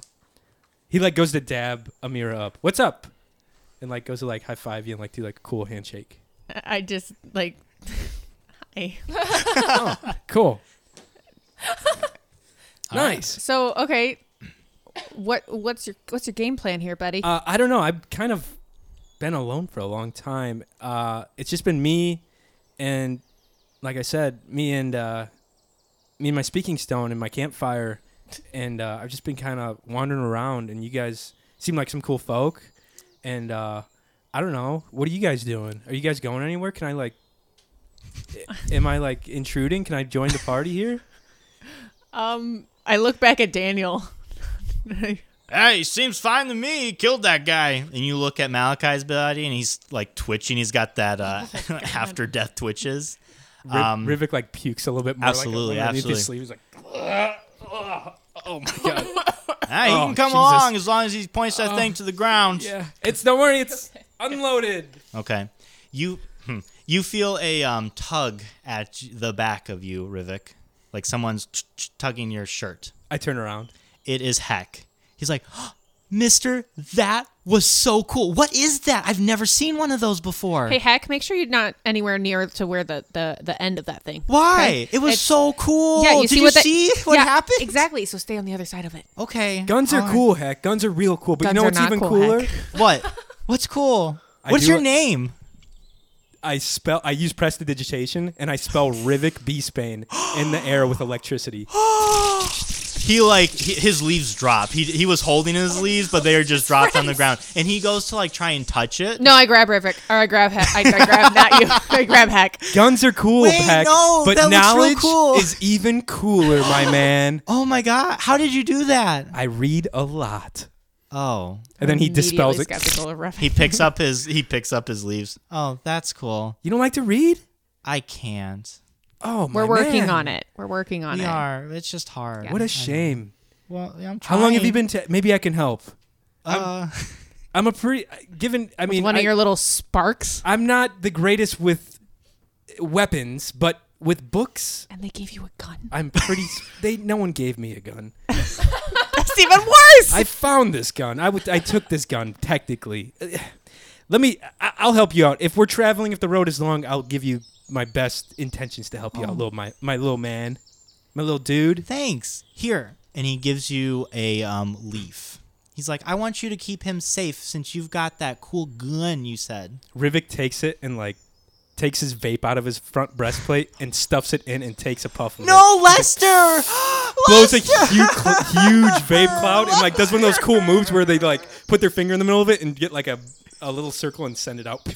[SPEAKER 1] he like goes to dab Amira up. What's up? And like goes to like high five you and like do like a cool handshake.
[SPEAKER 3] I just like. I-
[SPEAKER 1] Cool.
[SPEAKER 2] All right.
[SPEAKER 1] nice.
[SPEAKER 3] So okay, what what's your what's your game plan here, buddy?
[SPEAKER 1] Uh, I don't know. I've kind of been alone for a long time. Uh, it's just been me and like I said, me and uh, me and my speaking stone and my campfire, and uh, I've just been kind of wandering around. And you guys seem like some cool folk, and uh, I don't know. What are you guys doing? Are you guys going anywhere? Can I like? a- Am I like intruding? Can I join the party here?
[SPEAKER 3] um, I look back at Daniel. All
[SPEAKER 2] Hey, seems fine to me. He killed that guy. And you look at Malachi's body, and he's like twitching. He's got that uh,
[SPEAKER 3] Oh,
[SPEAKER 2] after death twitches.
[SPEAKER 1] Riv-
[SPEAKER 2] Um,
[SPEAKER 1] Rivik like pukes a little bit more. like,
[SPEAKER 2] absolutely,
[SPEAKER 1] underneath his
[SPEAKER 2] absolutely.
[SPEAKER 1] sleeve. He's like, oh my god.
[SPEAKER 2] Hey, Ah, he
[SPEAKER 1] Oh,
[SPEAKER 2] can come
[SPEAKER 1] Jesus.
[SPEAKER 2] along as long as he points that thing to the
[SPEAKER 3] Oh,
[SPEAKER 2] ground.
[SPEAKER 1] Yeah, it's don't worry, it's unloaded.
[SPEAKER 2] Okay. You hmm. you feel a um, tug at j- the back of you, Rivik. Like someone's t- t- tugging your shirt.
[SPEAKER 1] I turn around.
[SPEAKER 2] It is Heck. He's like, Mister, that was so cool. What is that? I've never seen one of those before.
[SPEAKER 3] hey, heck, make sure you're not anywhere near to where the the, the end of that thing.
[SPEAKER 2] Why?
[SPEAKER 3] Okay?
[SPEAKER 2] It was
[SPEAKER 3] It's-
[SPEAKER 2] so cool.
[SPEAKER 3] Yeah, you
[SPEAKER 2] Did
[SPEAKER 3] see
[SPEAKER 2] you
[SPEAKER 3] what that-
[SPEAKER 2] see what
[SPEAKER 3] Yeah,
[SPEAKER 2] happened?
[SPEAKER 3] Exactly. So stay on the other side of it.
[SPEAKER 2] Okay.
[SPEAKER 1] Guns are
[SPEAKER 2] All right.
[SPEAKER 1] cool, heck. Guns are real cool. But
[SPEAKER 3] Guns
[SPEAKER 1] you know
[SPEAKER 3] are
[SPEAKER 1] what's
[SPEAKER 3] not
[SPEAKER 1] even
[SPEAKER 3] cool,
[SPEAKER 1] cooler?
[SPEAKER 3] heck.
[SPEAKER 2] What? What's cool?
[SPEAKER 1] I
[SPEAKER 2] What's
[SPEAKER 1] do
[SPEAKER 2] your
[SPEAKER 1] it-
[SPEAKER 2] name?
[SPEAKER 1] I spell I use prestidigitation and I spell Rivik B Spain in the air with electricity.
[SPEAKER 2] He like he, his leaves drop. He he was holding his leaves, but they are just dropped on the ground. And he goes to like try and touch it.
[SPEAKER 3] No, I grab Rivik. Or I grab Heck. I, I grab not you. I grab Heck.
[SPEAKER 1] Guns are cool,
[SPEAKER 2] Wait,
[SPEAKER 1] Peck,
[SPEAKER 2] no,
[SPEAKER 1] but
[SPEAKER 2] that looks real
[SPEAKER 1] knowledge
[SPEAKER 2] cool.
[SPEAKER 1] is even cooler, my man.
[SPEAKER 2] Oh my god! How did you do that?
[SPEAKER 1] I read a lot.
[SPEAKER 2] Oh,
[SPEAKER 1] And then he dispels it.
[SPEAKER 3] Immediately skeptical of Rivik.
[SPEAKER 2] he picks up his he picks up his leaves. Oh, that's cool.
[SPEAKER 1] You don't like to read?
[SPEAKER 2] I can't.
[SPEAKER 1] Oh my
[SPEAKER 3] We're working
[SPEAKER 1] man.
[SPEAKER 3] on it. We're working on
[SPEAKER 2] We
[SPEAKER 3] it.
[SPEAKER 2] are. It's just hard.
[SPEAKER 1] What a shame.
[SPEAKER 2] Well, yeah, I'm
[SPEAKER 1] How long have you been to maybe I can help.
[SPEAKER 2] Uh,
[SPEAKER 1] I'm a pretty given I mean
[SPEAKER 3] One
[SPEAKER 1] I-
[SPEAKER 3] of your little sparks.
[SPEAKER 1] I'm not the greatest with weapons, but with books,
[SPEAKER 3] And they gave you a gun.
[SPEAKER 1] I'm pretty. they no one gave me a gun.
[SPEAKER 3] That's even worse.
[SPEAKER 1] I found this gun. I would. I took this gun technically. Uh, Let me. I, I'll help you out. If we're traveling, if the road is long, I'll give you my best intentions to help
[SPEAKER 3] Oh.
[SPEAKER 1] you out, little my my little man, my little dude.
[SPEAKER 2] Thanks. Here, and he gives you a um, leaf. He's like, I want you to keep him safe since you've got that cool gun. You said.
[SPEAKER 1] Rivik takes it and like takes his vape out of his front breastplate and stuffs it in and takes a puff. Of it.
[SPEAKER 2] No, Lester.
[SPEAKER 1] blows a huge, cl- huge vape cloud and like does one of those cool moves where they like put their finger in the middle of it and get like a a little circle and send it out.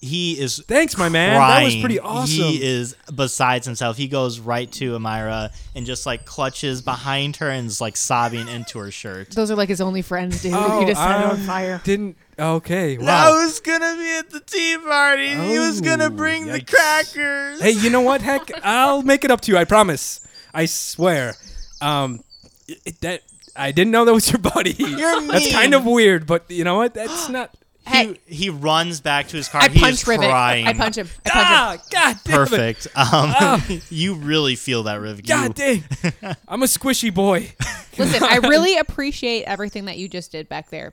[SPEAKER 2] he is
[SPEAKER 1] Thanks, my man. That was
[SPEAKER 2] crying.
[SPEAKER 1] pretty awesome.
[SPEAKER 2] He is besides himself. He goes right to Amira and just like clutches behind her and is like sobbing into her shirt.
[SPEAKER 3] Those are like his only friends, dude.
[SPEAKER 1] Oh,
[SPEAKER 3] you just set
[SPEAKER 2] um,
[SPEAKER 3] him on
[SPEAKER 1] I
[SPEAKER 3] fire.
[SPEAKER 1] Didn't okay. Wow.
[SPEAKER 2] was gonna be at the tea party.
[SPEAKER 1] Oh, yikes.
[SPEAKER 2] crackers.
[SPEAKER 1] Hey, you know what? Heck, I'll make it up to you. I promise. I swear. Um, it- it- that I didn't know that was your buddy.
[SPEAKER 2] You're
[SPEAKER 1] That's
[SPEAKER 2] mean.
[SPEAKER 1] kind of weird, but you know what? That's not.
[SPEAKER 3] Hey,
[SPEAKER 2] He, he runs back to his car.
[SPEAKER 3] I
[SPEAKER 2] he
[SPEAKER 3] punch
[SPEAKER 2] is
[SPEAKER 3] Rivet.
[SPEAKER 2] crying.
[SPEAKER 3] I punch him. I punch him.
[SPEAKER 1] Ah, god damn it. Ah.
[SPEAKER 2] Perfect. Um, you really feel that, Riv.
[SPEAKER 1] God
[SPEAKER 2] You-
[SPEAKER 1] dang. I'm a squishy boy.
[SPEAKER 3] Listen, I really appreciate everything that you just did back there,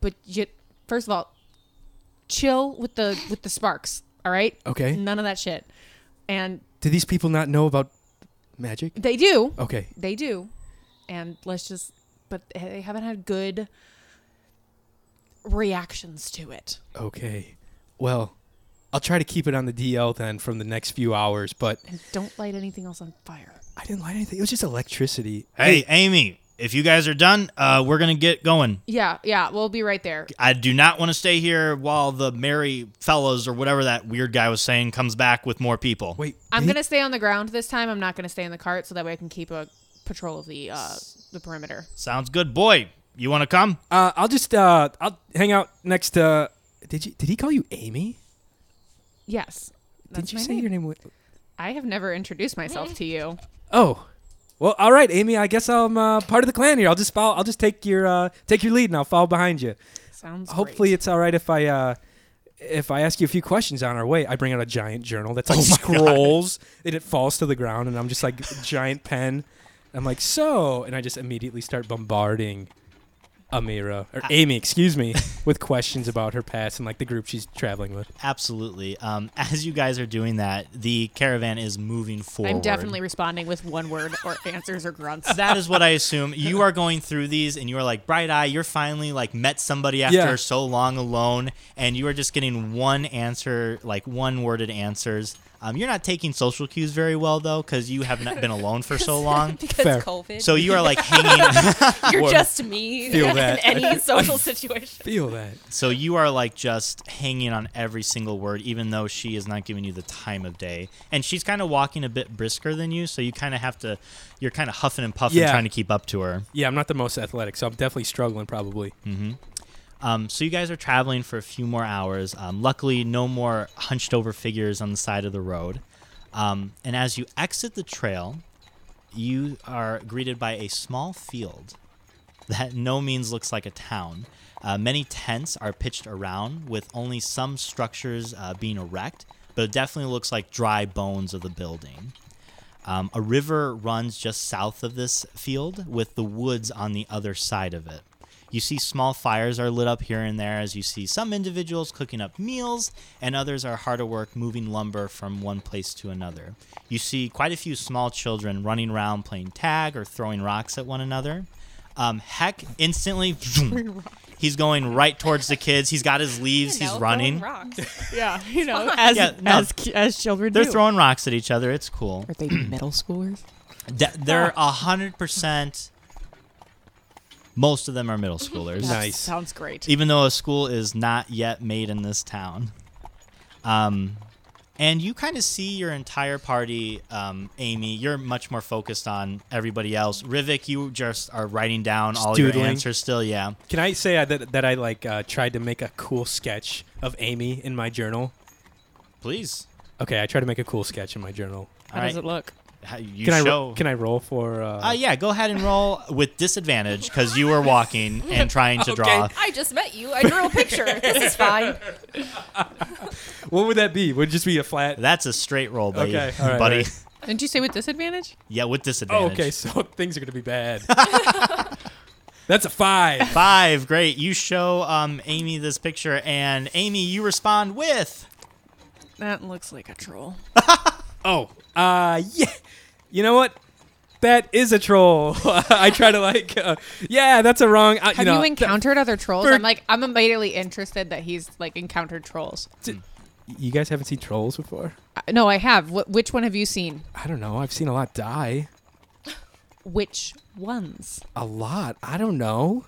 [SPEAKER 3] but you, first of all, chill with the with the sparks. All right.
[SPEAKER 1] Okay.
[SPEAKER 3] None of that shit. And
[SPEAKER 1] Do these people not know about magic?
[SPEAKER 3] they do.
[SPEAKER 1] Okay.
[SPEAKER 3] They do. And let's just, but they haven't had good reactions to it.
[SPEAKER 1] Okay. Well, I'll try to keep it on the DL then from the next few hours, but
[SPEAKER 3] And don't light anything else on fire.
[SPEAKER 1] I didn't light anything. It was just electricity.
[SPEAKER 2] Hey, Amy. If you guys are done, uh, we're gonna get going.
[SPEAKER 3] Yeah, yeah, we'll be right there.
[SPEAKER 2] I do not want to stay here while the merry fellows or whatever that weird guy was saying comes back with more people.
[SPEAKER 1] Wait.
[SPEAKER 3] I'm
[SPEAKER 1] did he-
[SPEAKER 3] gonna stay on the ground this time. I'm not gonna stay in the cart, so that way I can keep a patrol of the uh, the perimeter.
[SPEAKER 2] Sounds good, boy. You want to come?
[SPEAKER 1] Uh, I'll just uh, I'll hang out next to. Did you? Did he call you Amy?
[SPEAKER 3] Yes. That's
[SPEAKER 1] did you
[SPEAKER 3] my
[SPEAKER 1] say
[SPEAKER 3] name.
[SPEAKER 1] your name? Was,
[SPEAKER 3] I have never introduced myself to you.
[SPEAKER 1] oh, well, all right, Amy. I guess I'm uh, part of the clan here. I'll just follow. I'll just take your uh, take your lead, and I'll follow behind you.
[SPEAKER 3] Sounds
[SPEAKER 1] Hopefully,
[SPEAKER 3] great.
[SPEAKER 1] it's all right if I uh, if I ask you a few questions on our way. I bring out a giant journal that's like scrolls, and it falls to the ground, and I'm just like a giant pen. I'm like so, and I just immediately start bombarding Amira or Amy, excuse me, with questions about her past and like the group she's traveling with.
[SPEAKER 2] Absolutely. Um, as you guys are doing that, the caravan is moving forward.
[SPEAKER 3] I'm definitely responding with one word or answers or grunts.
[SPEAKER 2] That is what I assume. You are going through these, and you are like bright eye. You're finally like met somebody after
[SPEAKER 1] Yeah.
[SPEAKER 2] so long alone, and you are just getting one answer, like one worded answers. Um, you're not taking social cues very well though, because you have not been alone for so long.
[SPEAKER 4] because
[SPEAKER 1] Fair.
[SPEAKER 4] COVID.
[SPEAKER 2] So you are like hanging.
[SPEAKER 4] you're
[SPEAKER 1] Or-
[SPEAKER 4] just me
[SPEAKER 1] Feel
[SPEAKER 4] in
[SPEAKER 1] that.
[SPEAKER 4] any social situation.
[SPEAKER 1] Feel that.
[SPEAKER 2] So you are like just hanging on every single word, even though she is not giving you the time of day, and she's kind of walking a bit brisker than you. So you kind of have to, you're kind of huffing and puffing,
[SPEAKER 1] Yeah.
[SPEAKER 2] trying to keep up to her.
[SPEAKER 1] Yeah, I'm not the most athletic, so I'm definitely struggling probably.
[SPEAKER 2] Um, so you guys are traveling for a few more hours. Um, luckily, no more hunched over figures on the side of the road. Um, and as you exit the trail, you are greeted by a small field that no means looks like a town. Uh, many tents are pitched around, with only some structures uh, being erect, but it definitely looks like dry bones of the building. Um, a river runs just south of this field, with the woods on the other side of it. You see small fires are lit up here and there as you see some individuals cooking up meals and others are hard at work moving lumber from one place to another. You see quite a few small children running around playing tag or throwing rocks at one another. Um, Heck instantly, he's going right towards the kids. He's got his leaves.
[SPEAKER 4] You know,
[SPEAKER 2] He's
[SPEAKER 4] throwing
[SPEAKER 2] running.
[SPEAKER 4] rocks.
[SPEAKER 3] Yeah, you know, as
[SPEAKER 2] Yeah, no.
[SPEAKER 3] as ki- as children
[SPEAKER 2] They're
[SPEAKER 3] do.
[SPEAKER 2] throwing rocks at each other. It's cool.
[SPEAKER 3] Are they middle schoolers?
[SPEAKER 2] D- They're a hundred percent. Most of them are middle schoolers.
[SPEAKER 1] Nice.
[SPEAKER 3] Sounds great.
[SPEAKER 2] even though a school is not yet made in this town. Um, and you kind of see your entire party, um, Amy. You're much more focused on everybody else. Rivik, you just are writing down all your
[SPEAKER 1] doodling.
[SPEAKER 2] answers still. Yeah,
[SPEAKER 1] Can I say I, that that I like uh, tried to make a cool sketch of Amy in my journal?
[SPEAKER 2] please.
[SPEAKER 1] Okay, I tried to make a cool sketch in my journal.
[SPEAKER 3] How does it look?
[SPEAKER 2] How- You
[SPEAKER 1] Can I
[SPEAKER 2] show.
[SPEAKER 1] ro- can I roll for? Uh,
[SPEAKER 2] uh, yeah, go ahead and roll with disadvantage because you were walking and trying to
[SPEAKER 1] Uh.
[SPEAKER 2] draw.
[SPEAKER 4] I just met you. I drew a picture. this is fine.
[SPEAKER 1] What would that be? Would it just be a flat?
[SPEAKER 2] That's a straight roll, buddy.
[SPEAKER 1] Okay, all right,
[SPEAKER 2] buddy.
[SPEAKER 1] all right.
[SPEAKER 3] Didn't you say with disadvantage?
[SPEAKER 2] Yeah, with
[SPEAKER 1] Oh,
[SPEAKER 2] disadvantage.
[SPEAKER 1] okay, so things are gonna be bad. That's a five.
[SPEAKER 2] Five, great. You show um, Amy this picture, and Amy, you respond with.
[SPEAKER 3] That looks like a troll.
[SPEAKER 1] Oh, uh, yeah. You know what? That is a troll. I try to like, uh, yeah, that's a wrong. Uh,
[SPEAKER 3] Have
[SPEAKER 1] know,
[SPEAKER 3] you
[SPEAKER 1] th-
[SPEAKER 3] encountered other trolls?
[SPEAKER 1] for-
[SPEAKER 3] I'm like, I'm immediately interested that he's like encountered trolls.
[SPEAKER 1] you guys haven't seen trolls before?
[SPEAKER 3] Uh, No, I have. Wh- which one have you seen?
[SPEAKER 1] I don't know. I've seen a lot die.
[SPEAKER 3] Which ones?
[SPEAKER 1] A lot. I don't know.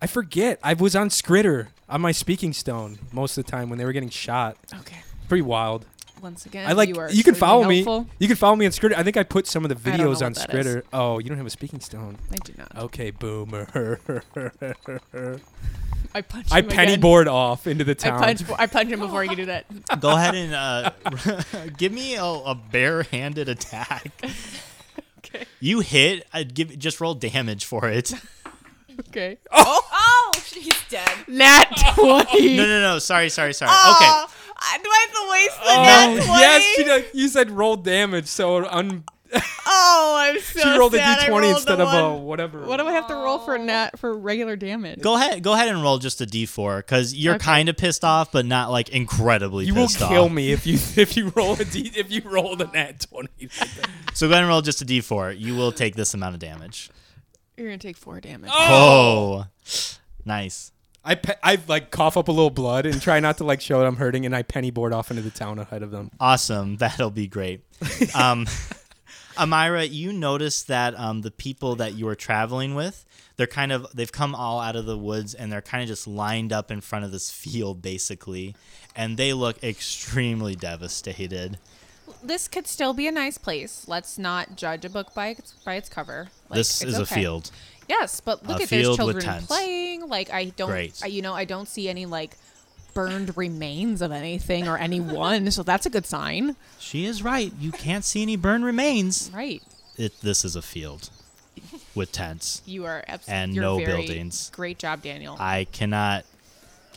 [SPEAKER 1] I forget. I was on Scritter on my speaking stone most of the time when they were getting shot.
[SPEAKER 3] Okay.
[SPEAKER 1] Pretty wild.
[SPEAKER 3] Once again,
[SPEAKER 1] I like.
[SPEAKER 3] You, are
[SPEAKER 1] You, can
[SPEAKER 3] extremely
[SPEAKER 1] follow me.
[SPEAKER 3] helpful.
[SPEAKER 1] You can follow me on Scritter. I think I put some of the
[SPEAKER 3] I don't know
[SPEAKER 1] videos on
[SPEAKER 3] what that is.
[SPEAKER 1] Scritter. Oh, you don't have a speaking stone.
[SPEAKER 3] I do not.
[SPEAKER 1] Okay, boomer.
[SPEAKER 3] I punch.
[SPEAKER 1] I
[SPEAKER 3] him
[SPEAKER 1] penny
[SPEAKER 3] again.
[SPEAKER 1] board off into the
[SPEAKER 3] I
[SPEAKER 1] town.
[SPEAKER 3] punch. I punch him before he can do that.
[SPEAKER 2] Go ahead and uh, give me a, a bare-handed attack.
[SPEAKER 3] Okay.
[SPEAKER 2] You hit. I'd give just roll damage for it.
[SPEAKER 3] Okay.
[SPEAKER 4] Oh, she's dead.
[SPEAKER 3] Nat twenty.
[SPEAKER 2] No, no, no. Sorry, sorry, sorry.
[SPEAKER 3] Oh, I- do I have to waste the
[SPEAKER 1] Oh,
[SPEAKER 3] nat twenty?
[SPEAKER 1] yes, she did. you said roll damage, so un-
[SPEAKER 3] Oh, I'm so
[SPEAKER 1] she rolled a
[SPEAKER 3] sad. I
[SPEAKER 1] d20
[SPEAKER 3] rolled
[SPEAKER 1] instead
[SPEAKER 3] a
[SPEAKER 1] of a
[SPEAKER 3] one.
[SPEAKER 1] whatever.
[SPEAKER 3] What do I have to roll for nat for regular damage?
[SPEAKER 2] Okay. Go ahead. Go ahead and roll just a d4 because you're
[SPEAKER 3] Okay.
[SPEAKER 2] kind of pissed off, but not like incredibly.
[SPEAKER 1] you will
[SPEAKER 2] pissed
[SPEAKER 1] kill
[SPEAKER 2] off.
[SPEAKER 1] me if you if you roll a d if you roll the nat 20.
[SPEAKER 2] So go ahead and roll just a d4. You will take this amount of damage.
[SPEAKER 3] You're gonna take four damage.
[SPEAKER 2] Oh, nice.
[SPEAKER 1] I pe- I like cough up a little blood and try not to like show that I'm hurting, and I penny board off into the town ahead of them.
[SPEAKER 2] Awesome. That'll be great. Um, Amira, you notice that um, the people that you were traveling with, they're kind of, they've come all out of the woods and they're kind of just lined up in front of this field, basically. And they look extremely devastated.
[SPEAKER 3] This could still be a nice place. Let's not judge a book by its, by its cover. Like,
[SPEAKER 2] this
[SPEAKER 3] it's
[SPEAKER 2] is a
[SPEAKER 3] okay.
[SPEAKER 2] field.
[SPEAKER 3] Yes, but look
[SPEAKER 2] A
[SPEAKER 3] at there's
[SPEAKER 2] field with
[SPEAKER 3] children
[SPEAKER 2] tents.
[SPEAKER 3] playing. Like I don't,
[SPEAKER 2] Great.
[SPEAKER 3] I, you know, I don't see any like burned remains of anything or anyone. so that's a good sign,
[SPEAKER 2] She is right. You can't see any burn remains.
[SPEAKER 3] right?
[SPEAKER 2] It, this is a field with tents.
[SPEAKER 3] You are absolutely
[SPEAKER 2] And no buildings.
[SPEAKER 3] Great job, Daniel. I,
[SPEAKER 2] I cannot.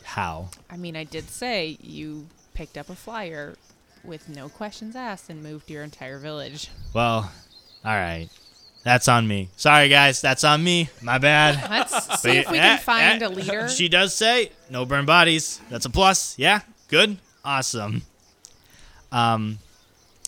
[SPEAKER 2] How?
[SPEAKER 3] mean, I did say you picked up a flyer with no questions asked and moved your entire village.
[SPEAKER 2] Well, all right. That's on me. Sorry, guys. That's on me. My bad.
[SPEAKER 3] Let's
[SPEAKER 2] But
[SPEAKER 3] see if we
[SPEAKER 2] yeah,
[SPEAKER 3] can find
[SPEAKER 2] yeah,
[SPEAKER 3] a leader.
[SPEAKER 2] She does say no burn bodies. That's a plus. Yeah, good, awesome. Um,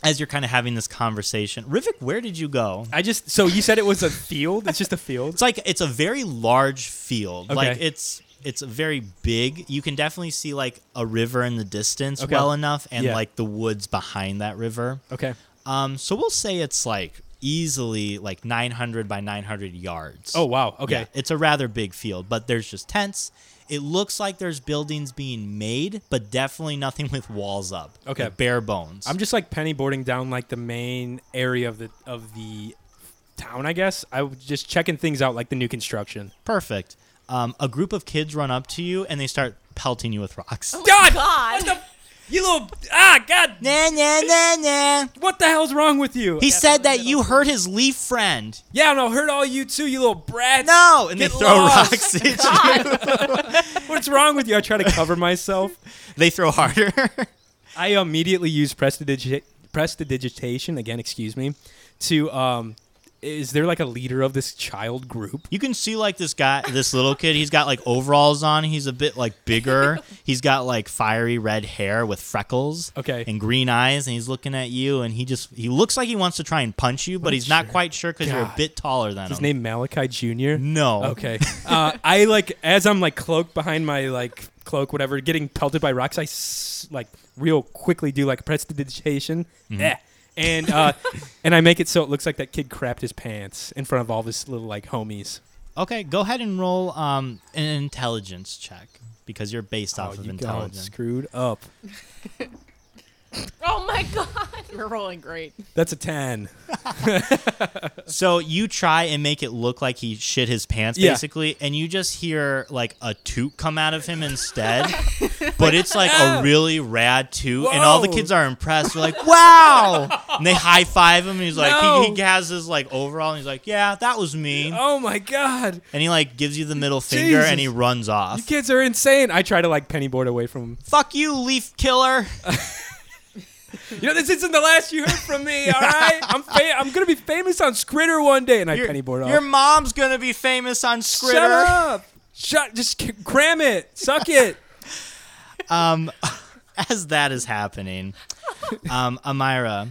[SPEAKER 2] as you're kind of having this conversation, Rivik, where did you go?
[SPEAKER 1] I just so you said it was a field. It's just a field.
[SPEAKER 2] It's like it's a very large field.
[SPEAKER 1] Okay.
[SPEAKER 2] Like it's it's very big. You can definitely see like a river in the distance
[SPEAKER 1] Okay.
[SPEAKER 2] well enough, and
[SPEAKER 1] Yeah.
[SPEAKER 2] like the woods behind that river.
[SPEAKER 1] Okay.
[SPEAKER 2] Um, so we'll say it's like easily like 900 by 900 yards.
[SPEAKER 1] Oh wow.
[SPEAKER 2] Yeah,
[SPEAKER 1] Okay.
[SPEAKER 2] it's a rather big field, but there's just tents. It looks like there's buildings being made, but definitely nothing with walls up.
[SPEAKER 1] Okay.
[SPEAKER 2] Like bare bones.
[SPEAKER 1] I'm just like penny boarding down like the main area of the of the town, I guess. I was just checking things out like the new construction.
[SPEAKER 2] perfect. Um, a group of kids run up to you and they start pelting you with rocks.
[SPEAKER 1] God,
[SPEAKER 4] Oh,
[SPEAKER 1] What
[SPEAKER 4] God.
[SPEAKER 1] the, you little ah God!
[SPEAKER 2] Nah, nah, nah, nah.
[SPEAKER 1] What the hell's wrong with you?
[SPEAKER 2] He said that you hurt his leaf friend.
[SPEAKER 1] yeah, no, hurt all you too, you little brats.
[SPEAKER 2] No, and
[SPEAKER 1] Get
[SPEAKER 2] they throw
[SPEAKER 1] lost.
[SPEAKER 2] rocks at you.
[SPEAKER 1] What's wrong with you? I try to cover myself.
[SPEAKER 2] They throw harder.
[SPEAKER 1] I immediately use prestidig- prestidigitation again, excuse me, to um is there like a leader of this child group?
[SPEAKER 2] You can see like this guy, this little kid. He's got like overalls on. He's a bit like bigger. He's got like fiery red hair with freckles.
[SPEAKER 1] Okay.
[SPEAKER 2] And green eyes, and he's looking at you, and he just he looks like he wants to try and punch you, but he's not quite sure because you're a
[SPEAKER 1] God.
[SPEAKER 2] bit taller than
[SPEAKER 1] His
[SPEAKER 2] him.
[SPEAKER 1] name Malachi Junior.
[SPEAKER 2] No.
[SPEAKER 1] Okay. Uh, I like as I'm like cloaked behind my like cloak, whatever, getting pelted by rocks. I s- like real quickly do like prestidigitation. Yeah. And uh, and I make it so it looks like that kid crapped his pants in front of all his little like homies.
[SPEAKER 2] Okay. Go ahead and roll um an intelligence check because you're based off
[SPEAKER 1] oh,
[SPEAKER 2] of
[SPEAKER 1] you got
[SPEAKER 2] intelligence.
[SPEAKER 1] screwed up.
[SPEAKER 4] Oh my god.
[SPEAKER 3] We're rolling great.
[SPEAKER 1] That's a ten.
[SPEAKER 2] So you try and make it look like he shit his pants,
[SPEAKER 1] Yeah.
[SPEAKER 2] basically, and you just hear like a toot come out of him instead. but it's like a really rad toot, and all the
[SPEAKER 1] Whoa.
[SPEAKER 2] kids are impressed. They're like, "Wow!" and they high five him. And he's like, he,
[SPEAKER 1] No.
[SPEAKER 2] he has his like overall, and he's like, "Yeah, that was me."
[SPEAKER 1] Oh my god!
[SPEAKER 2] And he like gives you the middle finger, and he
[SPEAKER 1] Jesus.
[SPEAKER 2] runs
[SPEAKER 1] You
[SPEAKER 2] off.
[SPEAKER 1] kids are insane. I try to like pennyboard away from him.
[SPEAKER 2] Fuck you, leaf killer.
[SPEAKER 1] You know, this isn't the last you heard from me. All right, I'm fa- I'm gonna be famous on Skritter one day, and I
[SPEAKER 2] Your,
[SPEAKER 1] pennyboard off.
[SPEAKER 2] your mom's gonna be famous on Skritter.
[SPEAKER 1] Shut up! Shut. Just c- cram it. Suck it.
[SPEAKER 2] um, as that is happening, um, Amira,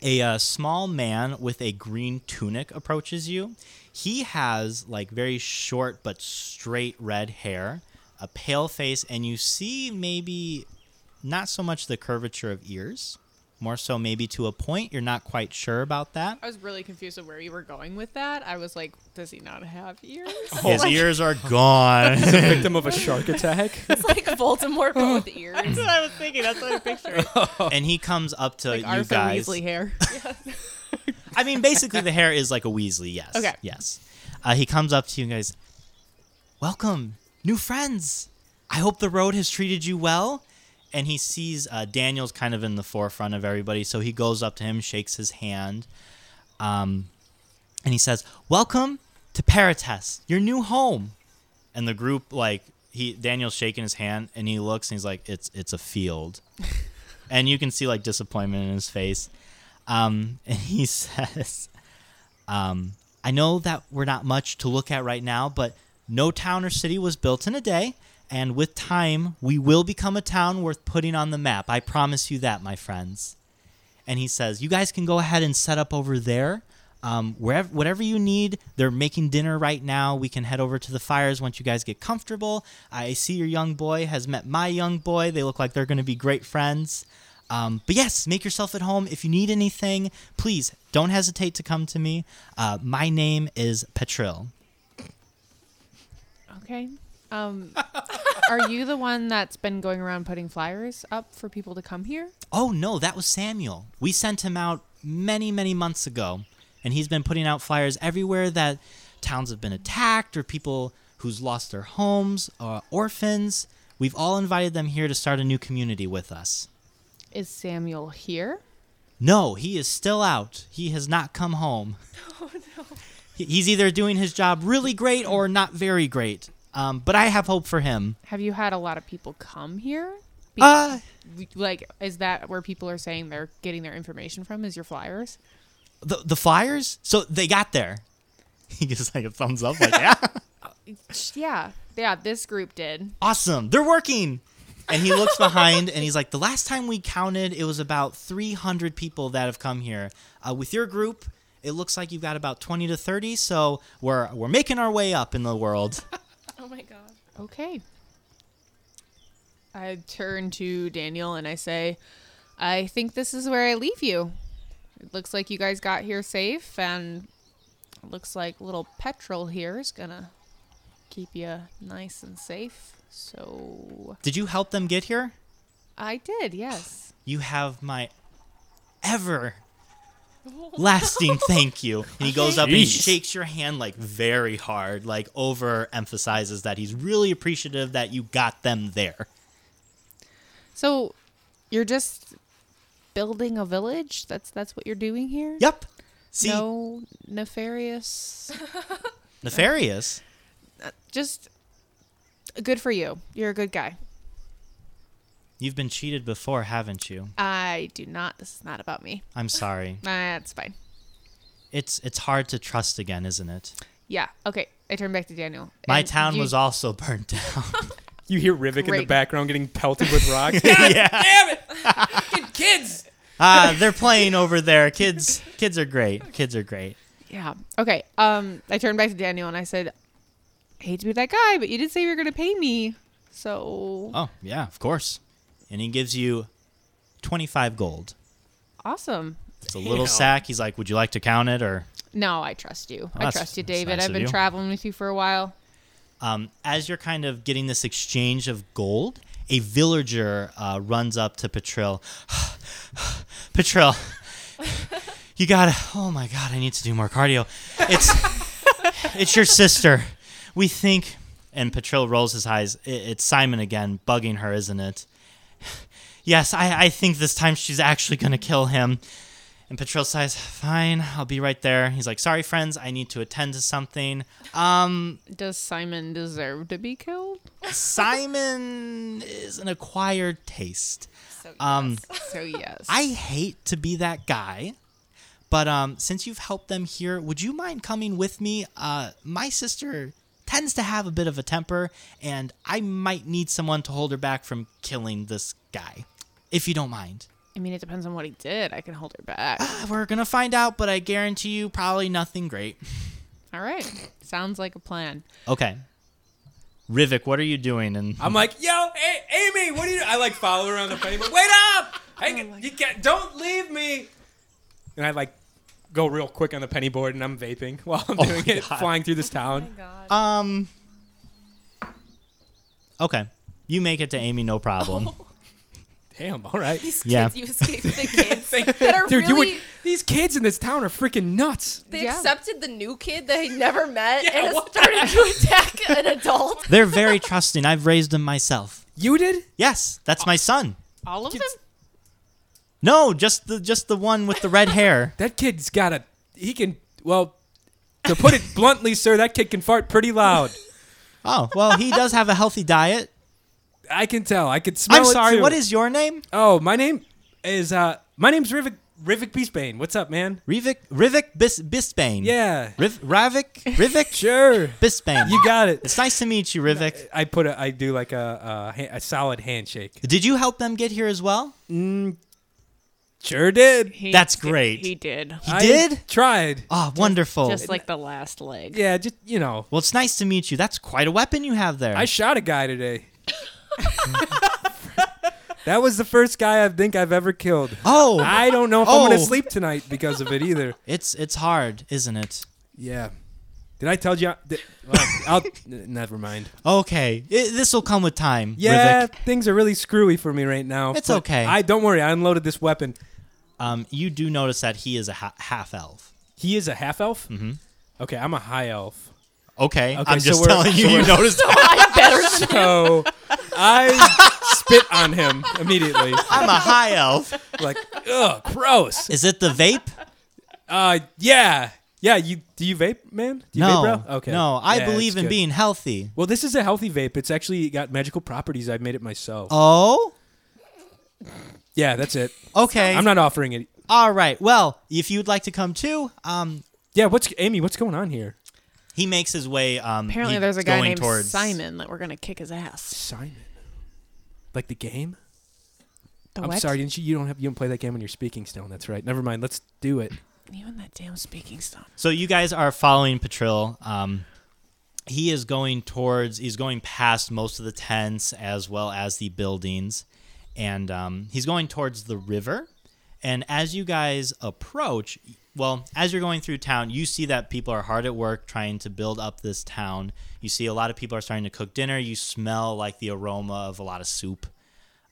[SPEAKER 2] a uh, small man with a green tunic approaches you. He has like very short but straight red hair, a pale face, and you see maybe not so much the curvature of ears, more so maybe to a point. You're not quite sure about that.
[SPEAKER 3] I was really confused of where you were going with that. I was like, does he not have ears?
[SPEAKER 2] His ears are gone.
[SPEAKER 1] Victim of a shark attack.
[SPEAKER 4] It's like Voldemort but with ears.
[SPEAKER 3] That's what I was thinking. That's what I pictured.
[SPEAKER 2] and he comes up to
[SPEAKER 3] Like
[SPEAKER 2] you
[SPEAKER 3] Arthur
[SPEAKER 2] guys.
[SPEAKER 3] Weasley hair.
[SPEAKER 2] I mean, basically, the hair is like a Weasley. Yes.
[SPEAKER 3] Okay.
[SPEAKER 2] Yes. Uh, he comes up to you and goes, "Welcome, new friends. I hope the road has treated you well." And he sees uh, Daniel's kind of in the forefront of everybody, so he goes up to him, shakes his hand, um, and he says, "Welcome to Paratest, your new home." And the group, like he, Daniel's shaking his hand, and he looks and he's like, "It's it's a field," and you can see like disappointment in his face. Um, and he says, um, I know that we're not much to look at right now, but no town or city was built in a day. And with time, we will become a town worth putting on the map. I promise you that, my friends. And he says, You guys can go ahead and set up over there. Um, wherever, whatever you need, they're making dinner right now. We can head over to the fires once you guys get comfortable. I see your young boy has met my young boy. They look like they're going to be great friends. Um, but yes, make yourself at home. If you need anything, please don't hesitate to come to me. Uh, my name is Petril.
[SPEAKER 3] Okay. Um, are you the one that's been going around putting flyers up for people to come here?
[SPEAKER 2] Oh no, that was Samuel. We sent him out many, many months ago, and he's been putting out flyers everywhere that towns have been attacked or people who's lost their homes, uh, orphans. We've all invited them here to start a new community with us.
[SPEAKER 3] Is Samuel here?
[SPEAKER 2] No, he is still out. He has not come home. Oh no. He's either doing his job really great or not very great. Um, but I have hope for him.
[SPEAKER 3] Have you had a lot of people come here? Be-
[SPEAKER 2] Uh,
[SPEAKER 3] like, is that where people are saying they're getting their information from? Is your flyers?
[SPEAKER 2] the the flyers. So they got there. He gives like a thumbs up, like yeah,
[SPEAKER 3] Yeah. Yeah, this group did.
[SPEAKER 2] awesome. They're working. And he looks behind and he's like, the last time we counted, it was about 300 people that have come here. Uh, with your group, it looks like you've got about 20 to 30. So we're we're making our way up in the world.
[SPEAKER 4] Oh my god.
[SPEAKER 3] Okay. I turn to Daniel and I say, I think this is where I leave you. It looks like you guys got here safe, and it looks like little petrol here is gonna keep you nice and safe. So
[SPEAKER 2] Did you help them get here?
[SPEAKER 3] I did, yes.
[SPEAKER 2] you have my ever lasting thank you. And he goes up and he
[SPEAKER 1] Jeez.
[SPEAKER 2] shakes your hand like very hard, like overemphasizes that he's really appreciative that you got them there.
[SPEAKER 3] So you're just building a village? That's that's what you're doing here?
[SPEAKER 2] Yep. See,
[SPEAKER 3] No nefarious
[SPEAKER 2] nefarious.
[SPEAKER 3] just good for you. You're a good guy.
[SPEAKER 2] You've been cheated before, haven't you?
[SPEAKER 3] I do not. This is not about me.
[SPEAKER 2] I'm sorry.
[SPEAKER 3] That's fine.
[SPEAKER 2] it's it's hard to trust again, isn't it?
[SPEAKER 3] Yeah. Okay. I turn back to Daniel.
[SPEAKER 2] My
[SPEAKER 3] And
[SPEAKER 2] town
[SPEAKER 3] you-
[SPEAKER 2] was also burnt down.
[SPEAKER 1] You hear Rivik in the
[SPEAKER 3] Great.
[SPEAKER 1] background getting pelted with rocks.
[SPEAKER 2] yeah.
[SPEAKER 1] Damn it! Fucking kids!
[SPEAKER 2] Ah, they're playing over there. Kids kids are great. Kids are great.
[SPEAKER 3] Yeah. Okay. Um, I turned back to Daniel and I said, I hate to be that guy, but you did say you were going to pay me. So
[SPEAKER 2] Oh, yeah, of course. And he gives you 25 gold.
[SPEAKER 3] awesome.
[SPEAKER 2] It's a
[SPEAKER 1] Damn.
[SPEAKER 2] little sack. He's like, "Would you like to count it or
[SPEAKER 3] No, I trust you. I
[SPEAKER 2] that's-
[SPEAKER 3] trust you,
[SPEAKER 2] that's
[SPEAKER 3] David.
[SPEAKER 2] nice
[SPEAKER 3] I've
[SPEAKER 2] of
[SPEAKER 3] been
[SPEAKER 2] you.
[SPEAKER 3] traveling with you for a while.
[SPEAKER 2] um, as you're kind of getting this exchange of gold, a villager uh, runs up to Patril. Patril, you gotta. Oh my god, I need to do more cardio. It's it's your sister. We think. And Patril rolls his eyes. "I- It's Simon again, bugging her, isn't it? Yes, I, I think this time she's actually gonna kill him. And Patril sighs, fine, I'll be right there. He's like, sorry, friends, I need to attend to something. Um,
[SPEAKER 3] Does Simon deserve to be killed?
[SPEAKER 2] Simon is an acquired taste.
[SPEAKER 4] So,
[SPEAKER 1] Uh,
[SPEAKER 2] Um,
[SPEAKER 3] So, yes.
[SPEAKER 2] I hate to be that guy, but um, since you've helped them here, would you mind coming with me? Uh, my sister tends to have a bit of a temper, and I might need someone to hold her back from killing this guy, if you don't mind.
[SPEAKER 3] I mean, it depends on what he did. I can hold her back.
[SPEAKER 2] Uh, We're gonna find out, but I guarantee you, probably nothing great.
[SPEAKER 3] All right. Sounds like a plan.
[SPEAKER 2] Okay, Rivik, what are you doing? And
[SPEAKER 1] I'm like, yo, hey, Amy, what are you? I like follow her around the funny, but wait up!
[SPEAKER 4] Oh
[SPEAKER 1] Hang, you can't, don't leave me. And I like go real quick on the penny board, and I'm vaping while I'm doing
[SPEAKER 2] Oh my
[SPEAKER 1] it,
[SPEAKER 2] God.
[SPEAKER 1] flying through this town.
[SPEAKER 4] Oh God.
[SPEAKER 2] um, okay, you make it to Amy, no problem.
[SPEAKER 1] Damn, all right.
[SPEAKER 4] These
[SPEAKER 2] Yeah.
[SPEAKER 4] kids, you escaped the kids
[SPEAKER 1] Thank-
[SPEAKER 4] that are
[SPEAKER 1] Dude,
[SPEAKER 4] really.
[SPEAKER 1] you would, these kids in this town are freaking nuts.
[SPEAKER 4] They
[SPEAKER 3] Yeah.
[SPEAKER 4] accepted the new kid that he never met
[SPEAKER 1] Yeah,
[SPEAKER 4] and
[SPEAKER 1] what?
[SPEAKER 4] started to attack an adult.
[SPEAKER 2] They're very trusting. I've raised them myself.
[SPEAKER 1] You did?
[SPEAKER 2] Yes, that's my son.
[SPEAKER 3] All of them?
[SPEAKER 1] Kids-
[SPEAKER 2] No, just the just the one with the red hair.
[SPEAKER 1] That kid's got a. He can. Well, to put it bluntly, sir, that kid can fart pretty loud.
[SPEAKER 2] Oh, well, he does have a healthy diet.
[SPEAKER 1] I can tell. I can smell
[SPEAKER 2] I'm
[SPEAKER 1] it,
[SPEAKER 2] sorry,
[SPEAKER 1] too.
[SPEAKER 2] what is your name?
[SPEAKER 1] Oh, my name is. uh My name's Rivik. Rivik Beastbane. What's up, man?
[SPEAKER 2] Rivik Rivik Bis, Bisbane.
[SPEAKER 1] Yeah.
[SPEAKER 2] Riv, Ravik Rivik
[SPEAKER 1] Sure.
[SPEAKER 2] Bisbane.
[SPEAKER 1] You got it.
[SPEAKER 2] It's nice to meet you, Rivik.
[SPEAKER 1] I put a. I do like a a, ha- a solid handshake.
[SPEAKER 2] Did you help them get here as well?
[SPEAKER 1] Sure did.
[SPEAKER 3] He
[SPEAKER 2] That's
[SPEAKER 3] di-
[SPEAKER 2] great.
[SPEAKER 3] He did.
[SPEAKER 1] I
[SPEAKER 2] did?
[SPEAKER 1] Tried.
[SPEAKER 2] Oh, wonderful.
[SPEAKER 3] Just like the last leg.
[SPEAKER 1] Yeah. Just you know.
[SPEAKER 2] well, it's nice to meet you. That's quite a weapon you have there.
[SPEAKER 1] I shot a guy today. that was the first guy I think I've ever killed.
[SPEAKER 2] oh,
[SPEAKER 1] I don't know if I'm
[SPEAKER 2] Oh.
[SPEAKER 1] gonna sleep tonight because of it either.
[SPEAKER 2] it's it's hard, isn't it?
[SPEAKER 1] Yeah. Did I tell you? Did, well, I'll n- never mind.
[SPEAKER 2] Okay, this will come with time.
[SPEAKER 1] Yeah,
[SPEAKER 2] Rivik.
[SPEAKER 1] things are really screwy for me right now.
[SPEAKER 2] It's
[SPEAKER 1] but
[SPEAKER 2] okay.
[SPEAKER 1] I don't worry. I unloaded this weapon.
[SPEAKER 2] Um, you do notice that he is a ha- half elf.
[SPEAKER 1] He is a half elf. Mm-hmm. Okay, I'm a high elf.
[SPEAKER 2] Okay,
[SPEAKER 1] Okay,
[SPEAKER 2] I'm
[SPEAKER 1] so
[SPEAKER 2] just
[SPEAKER 1] we're-
[SPEAKER 2] telling you.
[SPEAKER 1] so
[SPEAKER 2] you
[SPEAKER 1] we're-
[SPEAKER 2] noticed.
[SPEAKER 4] I'm better than
[SPEAKER 1] So I spit on him immediately.
[SPEAKER 2] I'm a high elf.
[SPEAKER 1] Like, ugh, gross.
[SPEAKER 2] Is it the vape?
[SPEAKER 1] Uh, yeah, yeah. You do you vape, man? Do you
[SPEAKER 2] no.
[SPEAKER 1] vape, bro? Okay.
[SPEAKER 2] No, I
[SPEAKER 1] Yeah,
[SPEAKER 2] believe
[SPEAKER 1] it's
[SPEAKER 2] in
[SPEAKER 1] good.
[SPEAKER 2] being healthy.
[SPEAKER 1] Well, this is a healthy vape. It's actually got magical properties. I made it myself.
[SPEAKER 2] Oh,
[SPEAKER 1] yeah, that's it.
[SPEAKER 2] okay.
[SPEAKER 1] I'm not offering it.
[SPEAKER 2] All right. Well, if you'd like to come too, um,
[SPEAKER 1] Yeah, what's Amy? What's going on here?
[SPEAKER 2] he makes his way. Um,
[SPEAKER 3] Apparently,
[SPEAKER 2] he's
[SPEAKER 3] there's a guy
[SPEAKER 2] going
[SPEAKER 3] named
[SPEAKER 2] towards-
[SPEAKER 3] Simon that we're going to kick his ass.
[SPEAKER 1] Simon, like the game.
[SPEAKER 3] The
[SPEAKER 1] I'm
[SPEAKER 3] what?
[SPEAKER 1] sorry, didn't you? You don't have you don't play that game when you're speaking stone. That's right. Never mind. Let's do it.
[SPEAKER 3] You and that damn speaking stuff.
[SPEAKER 2] So you guys are following Patril. Um, he is going towards. He's going past most of the tents as well as the buildings, and um, he's going towards the river. And as you guys approach, well, as you're going through town, you see that people are hard at work trying to build up this town. You see a lot of people are starting to cook dinner. You smell like the aroma of a lot of soup.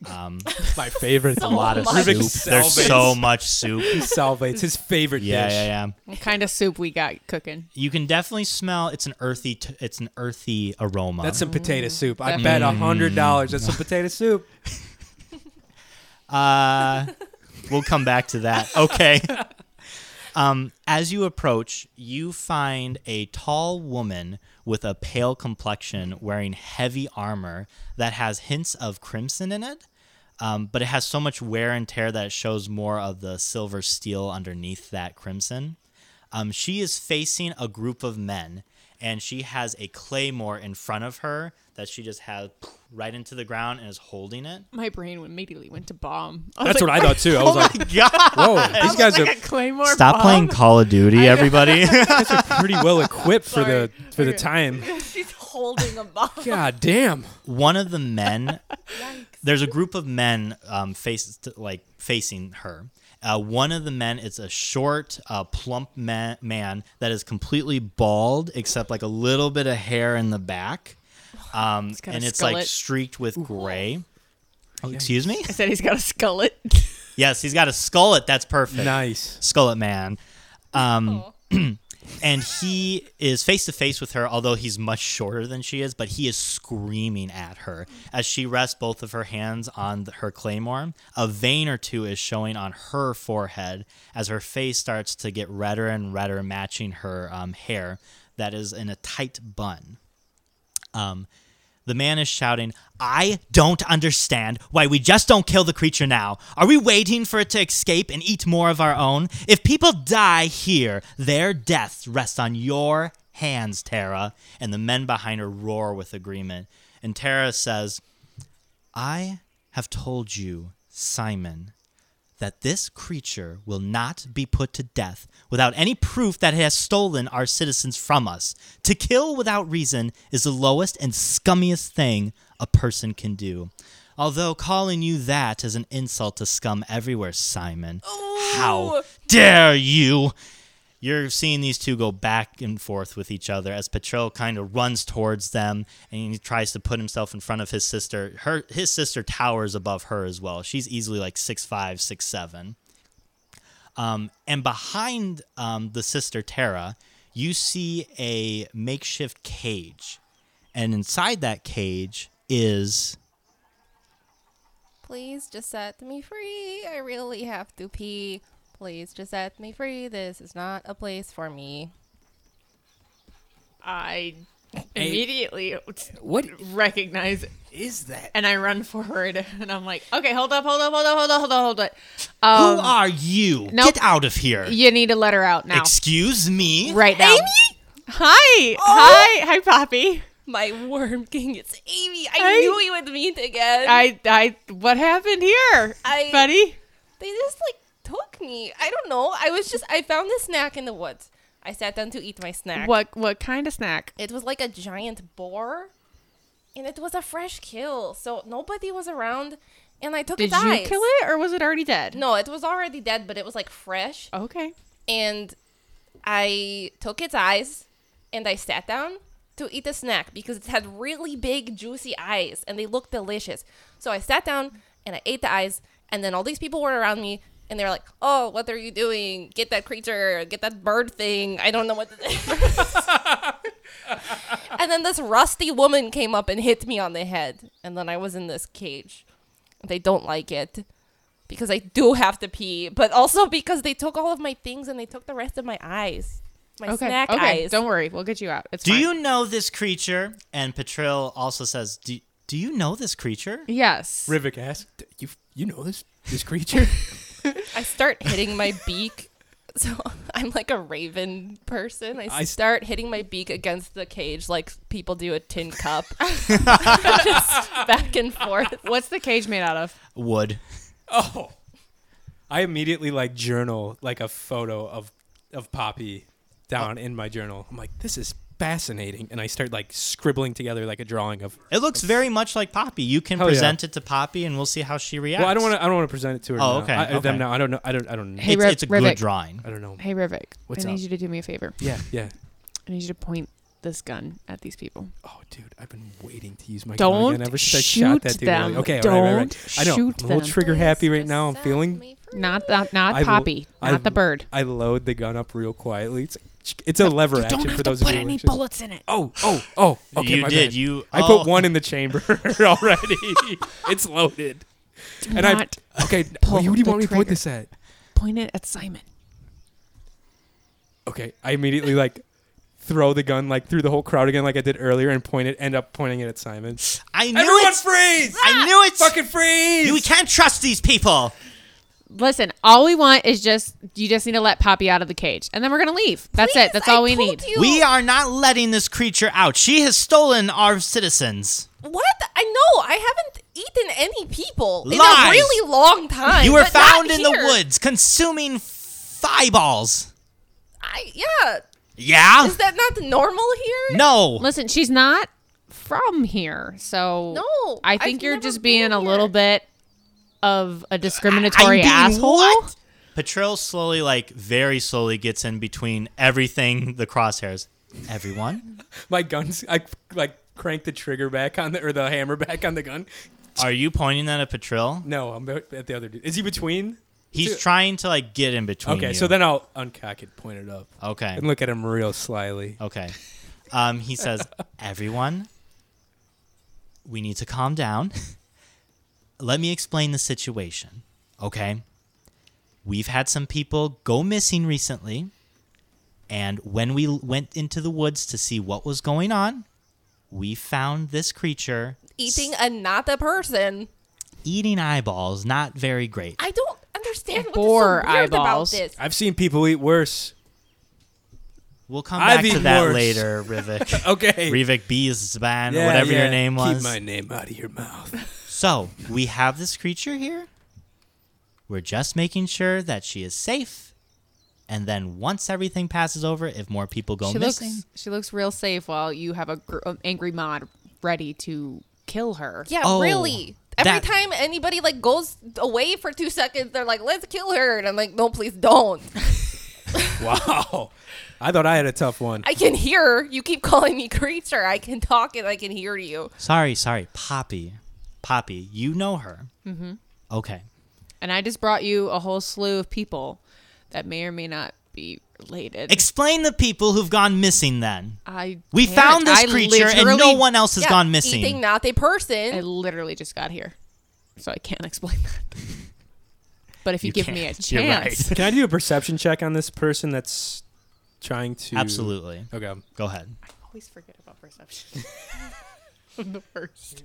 [SPEAKER 2] Um,
[SPEAKER 1] My favorite.
[SPEAKER 2] a lot of
[SPEAKER 4] my
[SPEAKER 2] soup. There's
[SPEAKER 1] salvates.
[SPEAKER 2] so much soup.
[SPEAKER 1] He salvates his favorite
[SPEAKER 2] Yeah,
[SPEAKER 1] dish.
[SPEAKER 2] yeah, yeah.
[SPEAKER 3] What kind of soup we got cooking?
[SPEAKER 2] You can definitely smell. It's an earthy. T- it's an earthy aroma.
[SPEAKER 1] That's some potato soup. I bet a hundred dollars. That's some
[SPEAKER 2] Mm.
[SPEAKER 1] potato soup.
[SPEAKER 2] Uh, we'll come back to that. Okay. Um, as you approach, you find a tall woman with a pale complexion wearing heavy armor that has hints of crimson in it, um, but it has so much wear and tear that it shows more of the silver steel underneath that crimson. Um, she is facing a group of men, and she has a claymore in front of her that she just has right into the ground and is holding it.
[SPEAKER 3] My brain immediately went to bomb.
[SPEAKER 1] That's what I thought too. I was like,
[SPEAKER 2] God!
[SPEAKER 1] whoa, these guys are
[SPEAKER 3] a claymore.
[SPEAKER 2] Stop
[SPEAKER 3] bomb.
[SPEAKER 2] playing Call of Duty, everybody.
[SPEAKER 1] pretty well equipped for the
[SPEAKER 3] Sorry.
[SPEAKER 1] for the
[SPEAKER 3] Okay.
[SPEAKER 1] time.
[SPEAKER 4] She's holding a bomb.
[SPEAKER 1] God damn.
[SPEAKER 2] one of the men there's a group of men um, faces to, like facing her uh, one of the men is a short uh, plump man, man that is completely bald except like a little bit of hair in the back um,
[SPEAKER 3] got a
[SPEAKER 2] and it's like
[SPEAKER 3] skullet.
[SPEAKER 2] streaked with gray oh, excuse me
[SPEAKER 3] I said he's got a skullet.
[SPEAKER 2] yes he's got a skullet that's perfect
[SPEAKER 1] Nice.
[SPEAKER 2] skullet man Um, and he is face to face with her, although he's much shorter than she is, but he is screaming at her as she rests both of her hands on th- her claymore. A vein or two is showing on her forehead as her face starts to get redder and redder, matching her um, hair that is in a tight bun. Um, the man is shouting, I don't understand why we just don't kill the creature now. Are we waiting for it to escape and eat more of our own? If people die here, their deaths rest on your hands, Tara. And the men behind her roar with agreement. And Tara says, I have told you, Simon, that this creature will not be put to death without any proof that it has stolen our citizens from us. To kill without reason is the lowest and scummiest thing a person can do. Although calling you that is an insult to scum everywhere, Simon. How dare you! You're seeing these two go back and forth with each other as Patrol kind of runs towards them and he tries to put himself in front of his sister. Her his sister towers above her as well. She's easily like six five, six seven. Um, and behind um, the sister Tara, you see a makeshift cage, and inside that cage is
[SPEAKER 4] Please just set me free. I really have to pee. Please just set me free. This is not a place for me.
[SPEAKER 3] I immediately
[SPEAKER 1] What
[SPEAKER 3] recognize it,
[SPEAKER 1] is that?
[SPEAKER 3] and I run forward, and I'm like, okay, hold up, hold up, hold up, hold up, hold up, hold up.
[SPEAKER 2] Who
[SPEAKER 3] Um,
[SPEAKER 2] are you?
[SPEAKER 3] nope.
[SPEAKER 2] Get out of here!
[SPEAKER 3] you need to let her out now,
[SPEAKER 2] Excuse me.
[SPEAKER 3] right now. Amy? Hi, hi, hi, Poppy.
[SPEAKER 4] My worm king, it's Amy. I
[SPEAKER 3] Hey.
[SPEAKER 4] knew you would meet again.
[SPEAKER 3] I, I, what happened here,
[SPEAKER 4] I-
[SPEAKER 3] buddy?
[SPEAKER 4] they just like took me. I don't know. I was just I found a snack in the woods. I sat down to eat my snack.
[SPEAKER 3] What, what kind of snack?
[SPEAKER 4] It was like a giant boar, and it was a fresh kill. So nobody was around, and I took
[SPEAKER 3] Did
[SPEAKER 4] its
[SPEAKER 3] you
[SPEAKER 4] eyes.
[SPEAKER 3] kill it, or was it already dead?
[SPEAKER 4] No, it was already dead, but it was like fresh.
[SPEAKER 3] Okay.
[SPEAKER 4] and I took its eyes and I sat down to eat a snack because it had really big, juicy eyes and they looked delicious. So I sat down and I ate the eyes, and then all these people were around me and they were like, Oh, what are you doing? Get that creature, get that bird thing. I don't know what to And then this rusty woman came up and hit me on the head, and then I was in this cage. They don't like it because I do have to pee, but also because they took all of my things and they took the rest of my eyes, my
[SPEAKER 3] Okay.
[SPEAKER 4] snack
[SPEAKER 3] okay.
[SPEAKER 4] eyes.
[SPEAKER 3] Don't worry, we'll get you out. It's
[SPEAKER 2] Do
[SPEAKER 3] fine.
[SPEAKER 2] you know this creature? And Patril also says, do, do you know this creature?
[SPEAKER 3] Yes.
[SPEAKER 1] Rivik asked, "You you know this this creature?"
[SPEAKER 4] I start hitting my beak. So I'm like a raven person. I,
[SPEAKER 1] I s-
[SPEAKER 4] start hitting my beak against the cage like people do a tin cup. Just back and forth.
[SPEAKER 3] What's the cage made out of?
[SPEAKER 2] Would.
[SPEAKER 1] oh, I immediately like journal like a photo of of Poppy down in my journal. I'm like, this is fascinating, and I start like scribbling together like a drawing of.
[SPEAKER 2] It looks very much like Poppy. You can
[SPEAKER 1] Hell yeah.
[SPEAKER 2] present it to Poppy and we'll see how she reacts.
[SPEAKER 1] Well, I don't want to. I don't want to present it to her.
[SPEAKER 2] Oh,
[SPEAKER 1] now.
[SPEAKER 2] okay,
[SPEAKER 1] I,
[SPEAKER 2] okay.
[SPEAKER 1] Them now. I don't know. I don't. I don't.
[SPEAKER 3] Hey,
[SPEAKER 2] it's,
[SPEAKER 3] Rev-
[SPEAKER 2] it's a good
[SPEAKER 3] Rivik.
[SPEAKER 2] drawing.
[SPEAKER 1] I don't know.
[SPEAKER 3] Hey, Rivik.
[SPEAKER 1] What's
[SPEAKER 3] I
[SPEAKER 1] up?
[SPEAKER 3] need you to do me a favor.
[SPEAKER 1] Yeah, yeah.
[SPEAKER 3] I need you to point this gun at these people.
[SPEAKER 1] Oh, dude, I've been waiting to use my gun
[SPEAKER 3] Don't
[SPEAKER 1] again ever since I shot that
[SPEAKER 3] shoot
[SPEAKER 1] dude. earlier.
[SPEAKER 3] them.
[SPEAKER 1] Okay, all right, right, right.
[SPEAKER 3] Don't
[SPEAKER 1] I know.
[SPEAKER 3] shoot
[SPEAKER 1] I'm a little
[SPEAKER 3] them.
[SPEAKER 1] trigger happy right
[SPEAKER 4] Just
[SPEAKER 1] now. I'm
[SPEAKER 4] set
[SPEAKER 1] feeling.
[SPEAKER 4] me free.
[SPEAKER 3] Not the, not
[SPEAKER 1] I will-
[SPEAKER 3] Poppy.
[SPEAKER 1] I
[SPEAKER 3] not the
[SPEAKER 1] will-
[SPEAKER 3] bird.
[SPEAKER 1] I load the gun up real quietly. It's it's a lever action for those of you who are interested.
[SPEAKER 3] bullets in it.
[SPEAKER 1] Oh, oh, oh. Okay,
[SPEAKER 2] you
[SPEAKER 1] my
[SPEAKER 2] did.
[SPEAKER 1] bad.
[SPEAKER 2] You.
[SPEAKER 1] I
[SPEAKER 2] oh.
[SPEAKER 1] put one in the chamber already. it's loaded. and
[SPEAKER 3] not
[SPEAKER 1] I okay. n-
[SPEAKER 3] pull
[SPEAKER 1] What do you
[SPEAKER 3] the
[SPEAKER 1] want me to point
[SPEAKER 3] trigger.
[SPEAKER 1] this at?
[SPEAKER 3] Point it at Simon.
[SPEAKER 1] Okay, I immediately like throw the gun like through the whole crowd again, like I did earlier, and point it. End up pointing it at Simon.
[SPEAKER 2] I knew
[SPEAKER 1] Everyone
[SPEAKER 2] it.
[SPEAKER 1] freeze!
[SPEAKER 2] I knew it.
[SPEAKER 1] Fucking freeze!
[SPEAKER 2] You- we can't trust these people.
[SPEAKER 3] Listen, all we want is just you just need to let Poppy out of the cage, and then we're gonna leave. That's it.
[SPEAKER 4] Please,
[SPEAKER 3] That's
[SPEAKER 4] I
[SPEAKER 3] all we
[SPEAKER 4] told
[SPEAKER 3] need.
[SPEAKER 4] you.
[SPEAKER 2] We are not letting this creature out. She has stolen our citizens.
[SPEAKER 4] What? I know. I haven't eaten any people in
[SPEAKER 2] Lies.
[SPEAKER 4] a really long time.
[SPEAKER 2] You were
[SPEAKER 4] but not
[SPEAKER 2] found in the
[SPEAKER 4] here.
[SPEAKER 2] woods consuming thigh balls.
[SPEAKER 4] I yeah.
[SPEAKER 2] Yeah?
[SPEAKER 4] Is that not normal here?
[SPEAKER 2] No.
[SPEAKER 3] Listen, she's not from here, so
[SPEAKER 4] No,
[SPEAKER 3] I
[SPEAKER 4] I've
[SPEAKER 3] think you're
[SPEAKER 4] never
[SPEAKER 3] just
[SPEAKER 4] been
[SPEAKER 3] being a little
[SPEAKER 4] here.
[SPEAKER 3] bit of a discriminatory asshole.
[SPEAKER 2] What? Patril slowly, like very slowly, gets in between everything the crosshairs. Everyone,
[SPEAKER 1] My guns, I like crank the trigger back on the or the hammer back on the gun.
[SPEAKER 2] are you pointing that at Patril?
[SPEAKER 1] No, I'm at the other dude. Is he between?
[SPEAKER 2] He's
[SPEAKER 1] Dude.
[SPEAKER 2] trying to like get in between.
[SPEAKER 1] Okay,
[SPEAKER 2] you.
[SPEAKER 1] so then I'll uncock it, point it up,
[SPEAKER 2] okay,
[SPEAKER 1] and look at him real slyly.
[SPEAKER 2] okay. Um, he says, "Everyone, we need to calm down. Let me explain the situation. Okay, we've had some people go missing recently, and when we l- went into the woods to see what was going on." We found this creature
[SPEAKER 4] Eating a not a person.
[SPEAKER 2] eating eyeballs not very great.
[SPEAKER 4] I don't understand what's so
[SPEAKER 3] Bore
[SPEAKER 4] weird
[SPEAKER 3] eyeballs.
[SPEAKER 4] about this.
[SPEAKER 1] I've seen people eat worse.
[SPEAKER 2] We'll come
[SPEAKER 1] I've
[SPEAKER 2] back to
[SPEAKER 1] eaten
[SPEAKER 2] that
[SPEAKER 1] worse.
[SPEAKER 2] later, Rivik.
[SPEAKER 1] Okay.
[SPEAKER 2] Rivik B is Zban,
[SPEAKER 1] Yeah,
[SPEAKER 2] or whatever
[SPEAKER 1] yeah,
[SPEAKER 2] your name was.
[SPEAKER 1] Keep my name out of your mouth.
[SPEAKER 2] So we have this creature here. We're just making sure that she is safe. And then once everything passes over, if more people go
[SPEAKER 3] She
[SPEAKER 2] missing,
[SPEAKER 3] looks she looks real safe while you have a gr- an angry mod ready to kill her.
[SPEAKER 4] Yeah,
[SPEAKER 2] Oh,
[SPEAKER 4] really. Every
[SPEAKER 2] that-
[SPEAKER 4] time anybody like goes away for two seconds, they're like, "Let's kill her," and I'm like, "No, please don't."
[SPEAKER 1] wow. I thought I had a tough one.
[SPEAKER 4] I can hear you keep calling me creature. I can talk and I can hear you.
[SPEAKER 2] sorry, sorry, Poppy, Poppy, you know her. Mm-hmm. Okay,
[SPEAKER 3] And I just brought you a whole slew of people that may or may not be related.
[SPEAKER 2] explain the people who've gone missing. Then
[SPEAKER 3] I
[SPEAKER 2] we
[SPEAKER 3] can't.
[SPEAKER 2] found this
[SPEAKER 3] I
[SPEAKER 2] creature, and no
[SPEAKER 3] literally-
[SPEAKER 2] one else has
[SPEAKER 4] Yeah,
[SPEAKER 2] gone missing.
[SPEAKER 4] Eating not a person.
[SPEAKER 3] I literally just got here, so I can't explain that. But if you,
[SPEAKER 2] You
[SPEAKER 3] give me a
[SPEAKER 2] can't. You're right.
[SPEAKER 3] chance,
[SPEAKER 1] Can I do a perception check on this person that's trying to?
[SPEAKER 2] Absolutely,
[SPEAKER 1] Okay.
[SPEAKER 2] go ahead.
[SPEAKER 3] always forget about perception. I'm the first.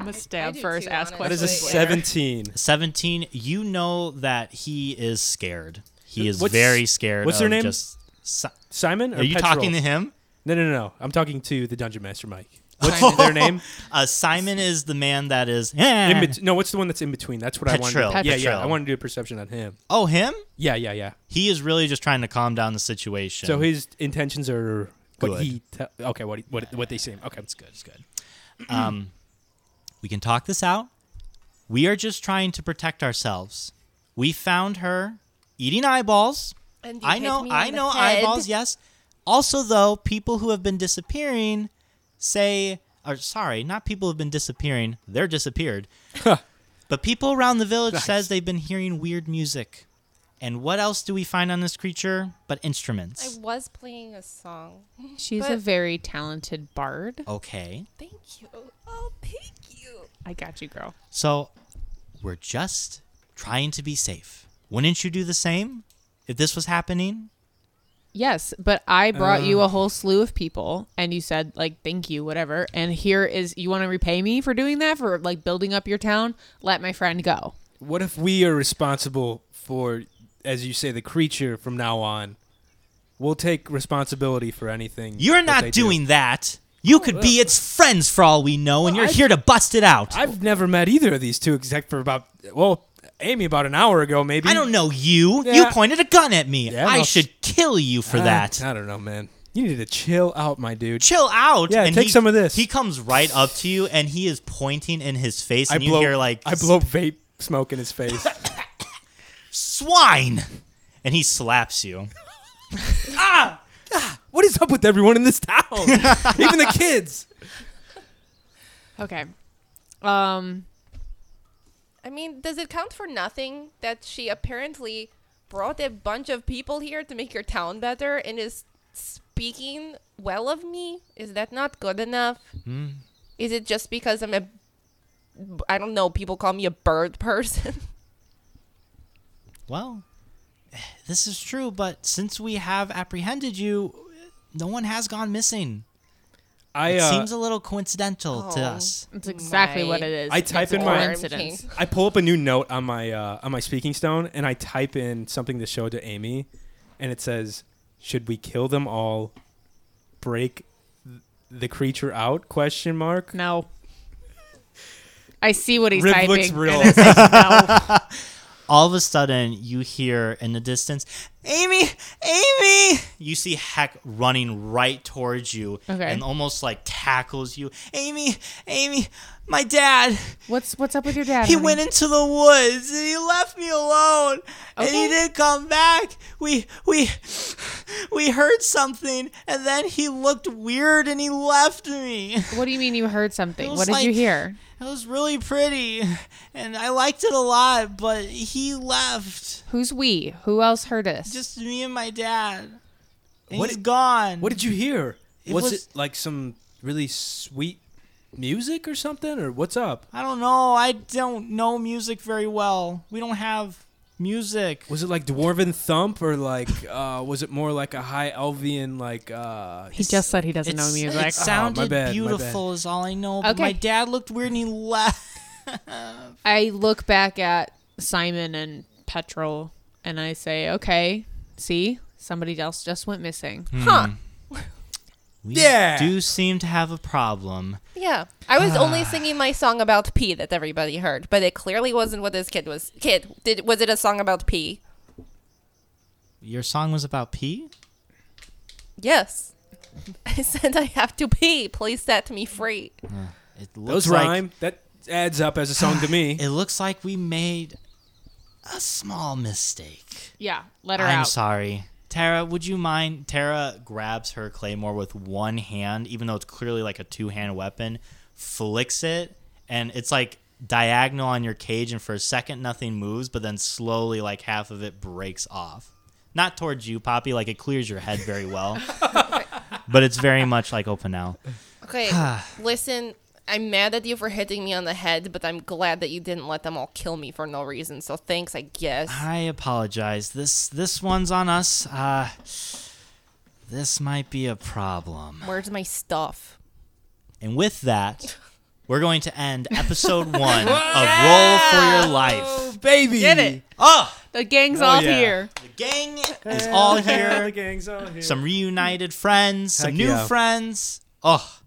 [SPEAKER 3] I'm gonna stab
[SPEAKER 4] do
[SPEAKER 3] first,
[SPEAKER 4] too,
[SPEAKER 3] ask
[SPEAKER 4] honestly.
[SPEAKER 1] That
[SPEAKER 3] questions.
[SPEAKER 1] is a
[SPEAKER 4] Wait.
[SPEAKER 1] seventeen.
[SPEAKER 2] 17 you know that he is scared he is
[SPEAKER 1] Uh, What's-
[SPEAKER 2] very scared
[SPEAKER 1] what's their
[SPEAKER 2] of
[SPEAKER 1] name?
[SPEAKER 2] just si-
[SPEAKER 1] Simon? Or
[SPEAKER 2] are you
[SPEAKER 1] Petrol?
[SPEAKER 2] talking to him
[SPEAKER 1] No, no, no, no. I'm talking to the dungeon master, Mike.
[SPEAKER 3] later.
[SPEAKER 1] What's their name?
[SPEAKER 2] uh, simon is the man that is "Eh."
[SPEAKER 1] In bet- no, what's the one that's in between? That's what I
[SPEAKER 2] Petrel.
[SPEAKER 1] wanted. Yeah, yeah.
[SPEAKER 2] Petrel.
[SPEAKER 1] I want to do a perception on him.
[SPEAKER 2] oh him
[SPEAKER 1] Yeah, yeah, yeah.
[SPEAKER 2] he is really just trying to calm down the situation
[SPEAKER 1] So his intentions are what
[SPEAKER 2] Good.
[SPEAKER 1] he. Te- okay, what he, what what they seem. Okay, it's good. It's good.
[SPEAKER 2] we can talk this out we are just trying to protect ourselves we found her eating eyeballs
[SPEAKER 4] And you
[SPEAKER 2] i
[SPEAKER 4] hit
[SPEAKER 2] know
[SPEAKER 4] me
[SPEAKER 2] i
[SPEAKER 4] on the
[SPEAKER 2] know
[SPEAKER 4] head.
[SPEAKER 2] eyeballs yes also though people who have been disappearing say or sorry not people who have been disappearing they're disappeared But people around the village says they've been hearing weird music. And what else do we find on this creature but
[SPEAKER 4] I
[SPEAKER 2] instruments?
[SPEAKER 4] was playing a song.
[SPEAKER 3] She's a
[SPEAKER 4] But-
[SPEAKER 3] very talented bard.
[SPEAKER 2] okay.
[SPEAKER 4] Thank you. Oh, thank you.
[SPEAKER 3] I got you, girl.
[SPEAKER 2] So we're just trying to be safe. Wouldn't you do the same if this was happening?
[SPEAKER 3] Yes, but I brought you a whole slew of people and you said like thank you whatever and here is you want to repay me for doing that for like building up your town, let my friend go.
[SPEAKER 1] What if we are responsible for, as you say, the creature from now on? We'll take responsibility for anything.
[SPEAKER 2] You're
[SPEAKER 1] that they
[SPEAKER 2] not
[SPEAKER 1] do. Oh,
[SPEAKER 2] doing that. You could be its friends for all we know, and
[SPEAKER 1] Well,
[SPEAKER 2] you're
[SPEAKER 1] I-
[SPEAKER 2] here to bust it out. I,
[SPEAKER 1] I've never met either of these two except for about well, Amy about an hour ago maybe.
[SPEAKER 2] don't know you. You
[SPEAKER 1] Yeah.
[SPEAKER 2] pointed a gun at me.
[SPEAKER 1] Yeah,
[SPEAKER 2] I
[SPEAKER 1] well,
[SPEAKER 2] should kill you for
[SPEAKER 1] Ah,
[SPEAKER 2] that.
[SPEAKER 1] I don't know, man. You need to chill out, my dude.
[SPEAKER 2] chill out.
[SPEAKER 1] Yeah,
[SPEAKER 2] and
[SPEAKER 1] take
[SPEAKER 2] he-
[SPEAKER 1] some of this.
[SPEAKER 2] He comes right up to you and he is pointing in his face,
[SPEAKER 1] I
[SPEAKER 2] and
[SPEAKER 1] blow
[SPEAKER 2] you hear like
[SPEAKER 1] I blow vape smoke in his face.
[SPEAKER 2] swine, and he slaps you.
[SPEAKER 1] what is up with everyone in this town? Even the kids.
[SPEAKER 3] Okay. Um
[SPEAKER 4] I mean, does it count for nothing that she apparently brought a bunch of people here to make your town better and is speaking well of me? Is that not good enough? Is it just because I'm a I don't know, people call me a bird person.
[SPEAKER 2] Well, this is true, but since we have apprehended you, no one has gone missing.
[SPEAKER 1] I
[SPEAKER 2] It
[SPEAKER 1] uh,
[SPEAKER 2] seems a little coincidental to
[SPEAKER 4] Oh.
[SPEAKER 2] us.
[SPEAKER 3] That's exactly
[SPEAKER 4] My-
[SPEAKER 3] what it is.
[SPEAKER 1] I type
[SPEAKER 3] It's a
[SPEAKER 1] in my-
[SPEAKER 3] coincidence.
[SPEAKER 1] I pull up a new note on my uh, on my speaking stone and I type in something to show to Amy, and it says, "Should we kill them all? Break th- the creature out?" Question mark.
[SPEAKER 3] No. I see what he's
[SPEAKER 1] Riv
[SPEAKER 3] typing.
[SPEAKER 1] looks real.
[SPEAKER 3] and I say, no.
[SPEAKER 2] All of a sudden, you hear in the distance, Amy, Amy. You see Heck running right towards you
[SPEAKER 3] Okay.
[SPEAKER 2] and almost like tackles you. Amy, Amy, my dad.
[SPEAKER 3] What's what's up with your dad?
[SPEAKER 2] He
[SPEAKER 3] honey?
[SPEAKER 2] went into the woods and he left me alone. And he
[SPEAKER 3] Okay.
[SPEAKER 2] didn't come back. We we we heard something and then he looked weird and he left me.
[SPEAKER 3] What do you mean you heard something?
[SPEAKER 2] was
[SPEAKER 3] What did you
[SPEAKER 2] like-
[SPEAKER 3] hear?
[SPEAKER 2] It was really pretty and I liked it a lot, but he left.
[SPEAKER 3] Who's we? Who else heard us?
[SPEAKER 2] Just me and my dad. And
[SPEAKER 1] What
[SPEAKER 2] he's
[SPEAKER 1] did-
[SPEAKER 2] gone.
[SPEAKER 1] What did you hear?
[SPEAKER 2] It
[SPEAKER 1] was,
[SPEAKER 2] was-
[SPEAKER 1] it like some really sweet music or something, or what's up?
[SPEAKER 2] I don't know. I don't know music very well. We don't have music.
[SPEAKER 1] Was it like dwarven thump, or like uh, was it more like a high elvian like? Uh,
[SPEAKER 3] he just said he doesn't know
[SPEAKER 2] It's-
[SPEAKER 3] music.
[SPEAKER 2] It sounded
[SPEAKER 1] bad, my bad.
[SPEAKER 2] beautiful, is all I know. But my
[SPEAKER 3] Okay.
[SPEAKER 2] dad looked weird and he left.
[SPEAKER 3] I look back at Simon and Petrol and I say, okay, see, somebody else just went missing.
[SPEAKER 1] Hmm.
[SPEAKER 4] Huh.
[SPEAKER 2] We
[SPEAKER 1] Yeah.
[SPEAKER 2] do seem to have a problem.
[SPEAKER 4] Yeah. I was only singing my song about pee that everybody heard, but it clearly wasn't what this kid was. Kid, did was it a song about pee?
[SPEAKER 2] Your song was about pee?
[SPEAKER 4] Yes. I said I have to pee. Please set me free.
[SPEAKER 2] It
[SPEAKER 1] those
[SPEAKER 2] looks like,
[SPEAKER 1] rhyme. That adds up as a song to me.
[SPEAKER 2] It looks like we made a small mistake.
[SPEAKER 3] Yeah, let her
[SPEAKER 2] I'm
[SPEAKER 3] out.
[SPEAKER 2] sorry. Tara, would you mind? Tara grabs her claymore with one hand, even though it's clearly like a two hand weapon, flicks it, and it's like diagonal on your cage, and for a second nothing moves, but then slowly like half of it breaks off. Not towards you, Poppy, like it clears your head very well. but it's very much like open now.
[SPEAKER 4] Okay. listen, I'm mad at you for hitting me on the head, but I'm glad that you didn't let them all kill me for no reason. So thanks, I guess.
[SPEAKER 2] I apologize. This this one's on us. Uh this might be a problem.
[SPEAKER 4] Where's my stuff?
[SPEAKER 2] And with that, we're going to end episode one of Roll for Your Life.
[SPEAKER 1] Baby,
[SPEAKER 3] Get it.
[SPEAKER 2] Oh,
[SPEAKER 3] The gang's
[SPEAKER 1] Oh,
[SPEAKER 3] all
[SPEAKER 1] yeah.
[SPEAKER 3] here.
[SPEAKER 2] the gang is all
[SPEAKER 1] the
[SPEAKER 2] here.
[SPEAKER 1] gang's all here.
[SPEAKER 2] Some reunited friends, some
[SPEAKER 1] Heck
[SPEAKER 2] new
[SPEAKER 1] yeah.
[SPEAKER 2] friends. Oh,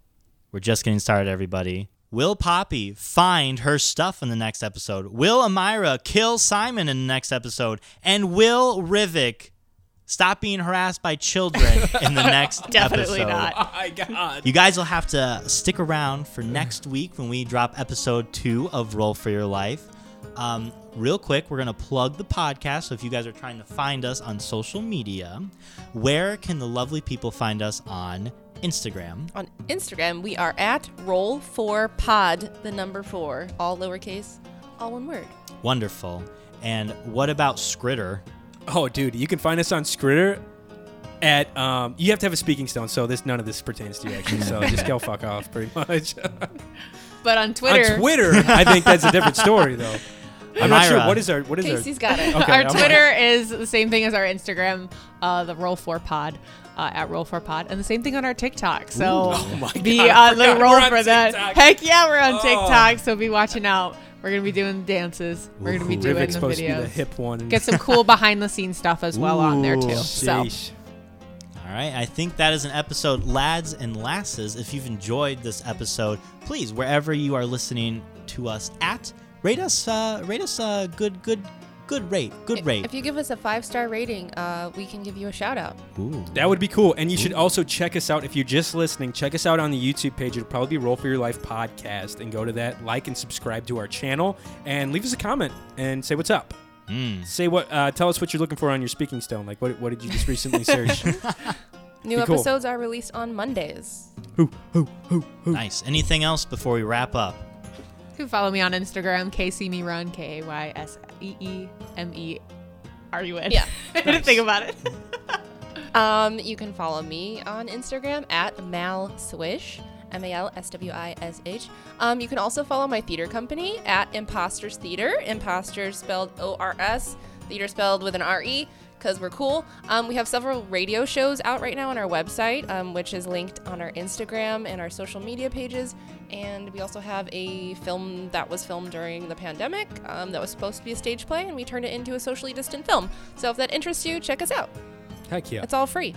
[SPEAKER 2] we're just getting started, everybody. Will Poppy find her stuff in the next episode? Will Amira kill Simon in the next episode? And will Rivik stop being harassed by children in the next
[SPEAKER 3] Definitely
[SPEAKER 2] episode?
[SPEAKER 3] not.
[SPEAKER 1] Oh my god.
[SPEAKER 2] You guys will have to stick around for next week when we drop episode two of Roll for Your Life. Um, real quick, we're going to plug the podcast. So if you guys are trying to find us on social media, where can the lovely people find us on Instagram?
[SPEAKER 4] On Instagram, we are at roll4pod, the number four, all lowercase, all one word.
[SPEAKER 2] Wonderful. And what about Scritter?
[SPEAKER 1] Oh, dude, you can find us on Scritter at um. You have to have a speaking stone, so this none of this pertains to you actually. So just go fuck off, pretty much.
[SPEAKER 3] But on Twitter,
[SPEAKER 1] on Twitter, I think that's a different story though. I'm not sure
[SPEAKER 2] Myra.
[SPEAKER 1] what is our what is
[SPEAKER 4] Casey's
[SPEAKER 1] our.
[SPEAKER 4] got it.
[SPEAKER 1] Okay,
[SPEAKER 3] our
[SPEAKER 1] I'm-
[SPEAKER 3] Twitter is the same thing as our Instagram, uh, the Roll Four Pod. Uh, at Roll Four Pod, and the same thing on our TikTok. So
[SPEAKER 1] Oh my
[SPEAKER 3] be
[SPEAKER 1] God, I
[SPEAKER 3] on the
[SPEAKER 1] forgot
[SPEAKER 3] roll
[SPEAKER 1] we're on
[SPEAKER 3] for that.
[SPEAKER 1] TikTok.
[SPEAKER 3] Heck yeah, we're on
[SPEAKER 1] Oh.
[SPEAKER 3] TikTok. So be watching out. We're gonna be doing dances. We're gonna be
[SPEAKER 2] Ooh.
[SPEAKER 3] doing
[SPEAKER 1] Rivik's
[SPEAKER 3] the
[SPEAKER 1] supposed to be the
[SPEAKER 3] videos.
[SPEAKER 1] hip one.
[SPEAKER 3] Get some cool behind the scenes stuff as well on there too.
[SPEAKER 2] Ooh,
[SPEAKER 3] So
[SPEAKER 1] Sheesh.
[SPEAKER 2] All right, I think that is an episode, lads and lasses. If you've enjoyed this episode, please, wherever you are listening to us at, rate us, uh, rate us a good, good, good rate, good rate.
[SPEAKER 4] If you give us a five star rating, uh, we can give you a shout out.
[SPEAKER 2] Ooh.
[SPEAKER 1] That would be cool. And you should also check us out if you're just listening. Check us out on the YouTube page. It'll probably be Roll for Your Life podcast. And go to that, like and subscribe to our channel, and leave us a comment and say what's up. Say what? Uh, tell us what you're looking for on your speaking stone. Like what? What did you just recently search?
[SPEAKER 4] New
[SPEAKER 1] Be cool.
[SPEAKER 4] episodes are released on Mondays.
[SPEAKER 1] who? Who? Who? Who?
[SPEAKER 2] Nice. Anything else before we wrap up?
[SPEAKER 3] you can follow me on Instagram, KC Me Run, K E A Y S E E M E R U N.
[SPEAKER 4] Yeah.
[SPEAKER 3] I didn't think about it.
[SPEAKER 4] Um, you can follow me on Instagram at Mal Swish, M A L S W I S H. Um, you can also follow my theater company at Imposters Theater, Imposters spelled O R S, theater spelled with an R E. because we're cool. Um, we have several radio shows out right now on our website, um, which is linked on our Instagram and our social media pages. And we also have a film that was filmed during the pandemic um, that was supposed to be a stage play, and we turned it into a socially distant film. So if that interests you, check us out.
[SPEAKER 1] Heck yeah.
[SPEAKER 4] It's all free.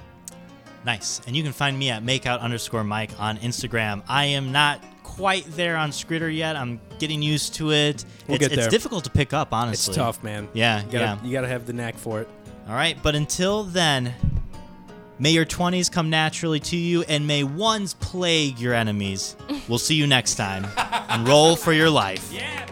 [SPEAKER 2] Nice. And you can find me at makeout underscore Mike on Instagram. I am not quite there on Scritter yet. I'm getting used to it.
[SPEAKER 1] We'll
[SPEAKER 2] it's,
[SPEAKER 1] get
[SPEAKER 2] it's
[SPEAKER 1] there.
[SPEAKER 2] difficult to pick up, honestly.
[SPEAKER 1] It's tough, man.
[SPEAKER 2] Yeah,
[SPEAKER 1] You gotta,
[SPEAKER 2] yeah.
[SPEAKER 1] You gotta have the knack for it.
[SPEAKER 2] All right, but until then, may your 20s come naturally to you and may ones plague your enemies. We'll see you next time. And roll for your life.
[SPEAKER 1] Yeah,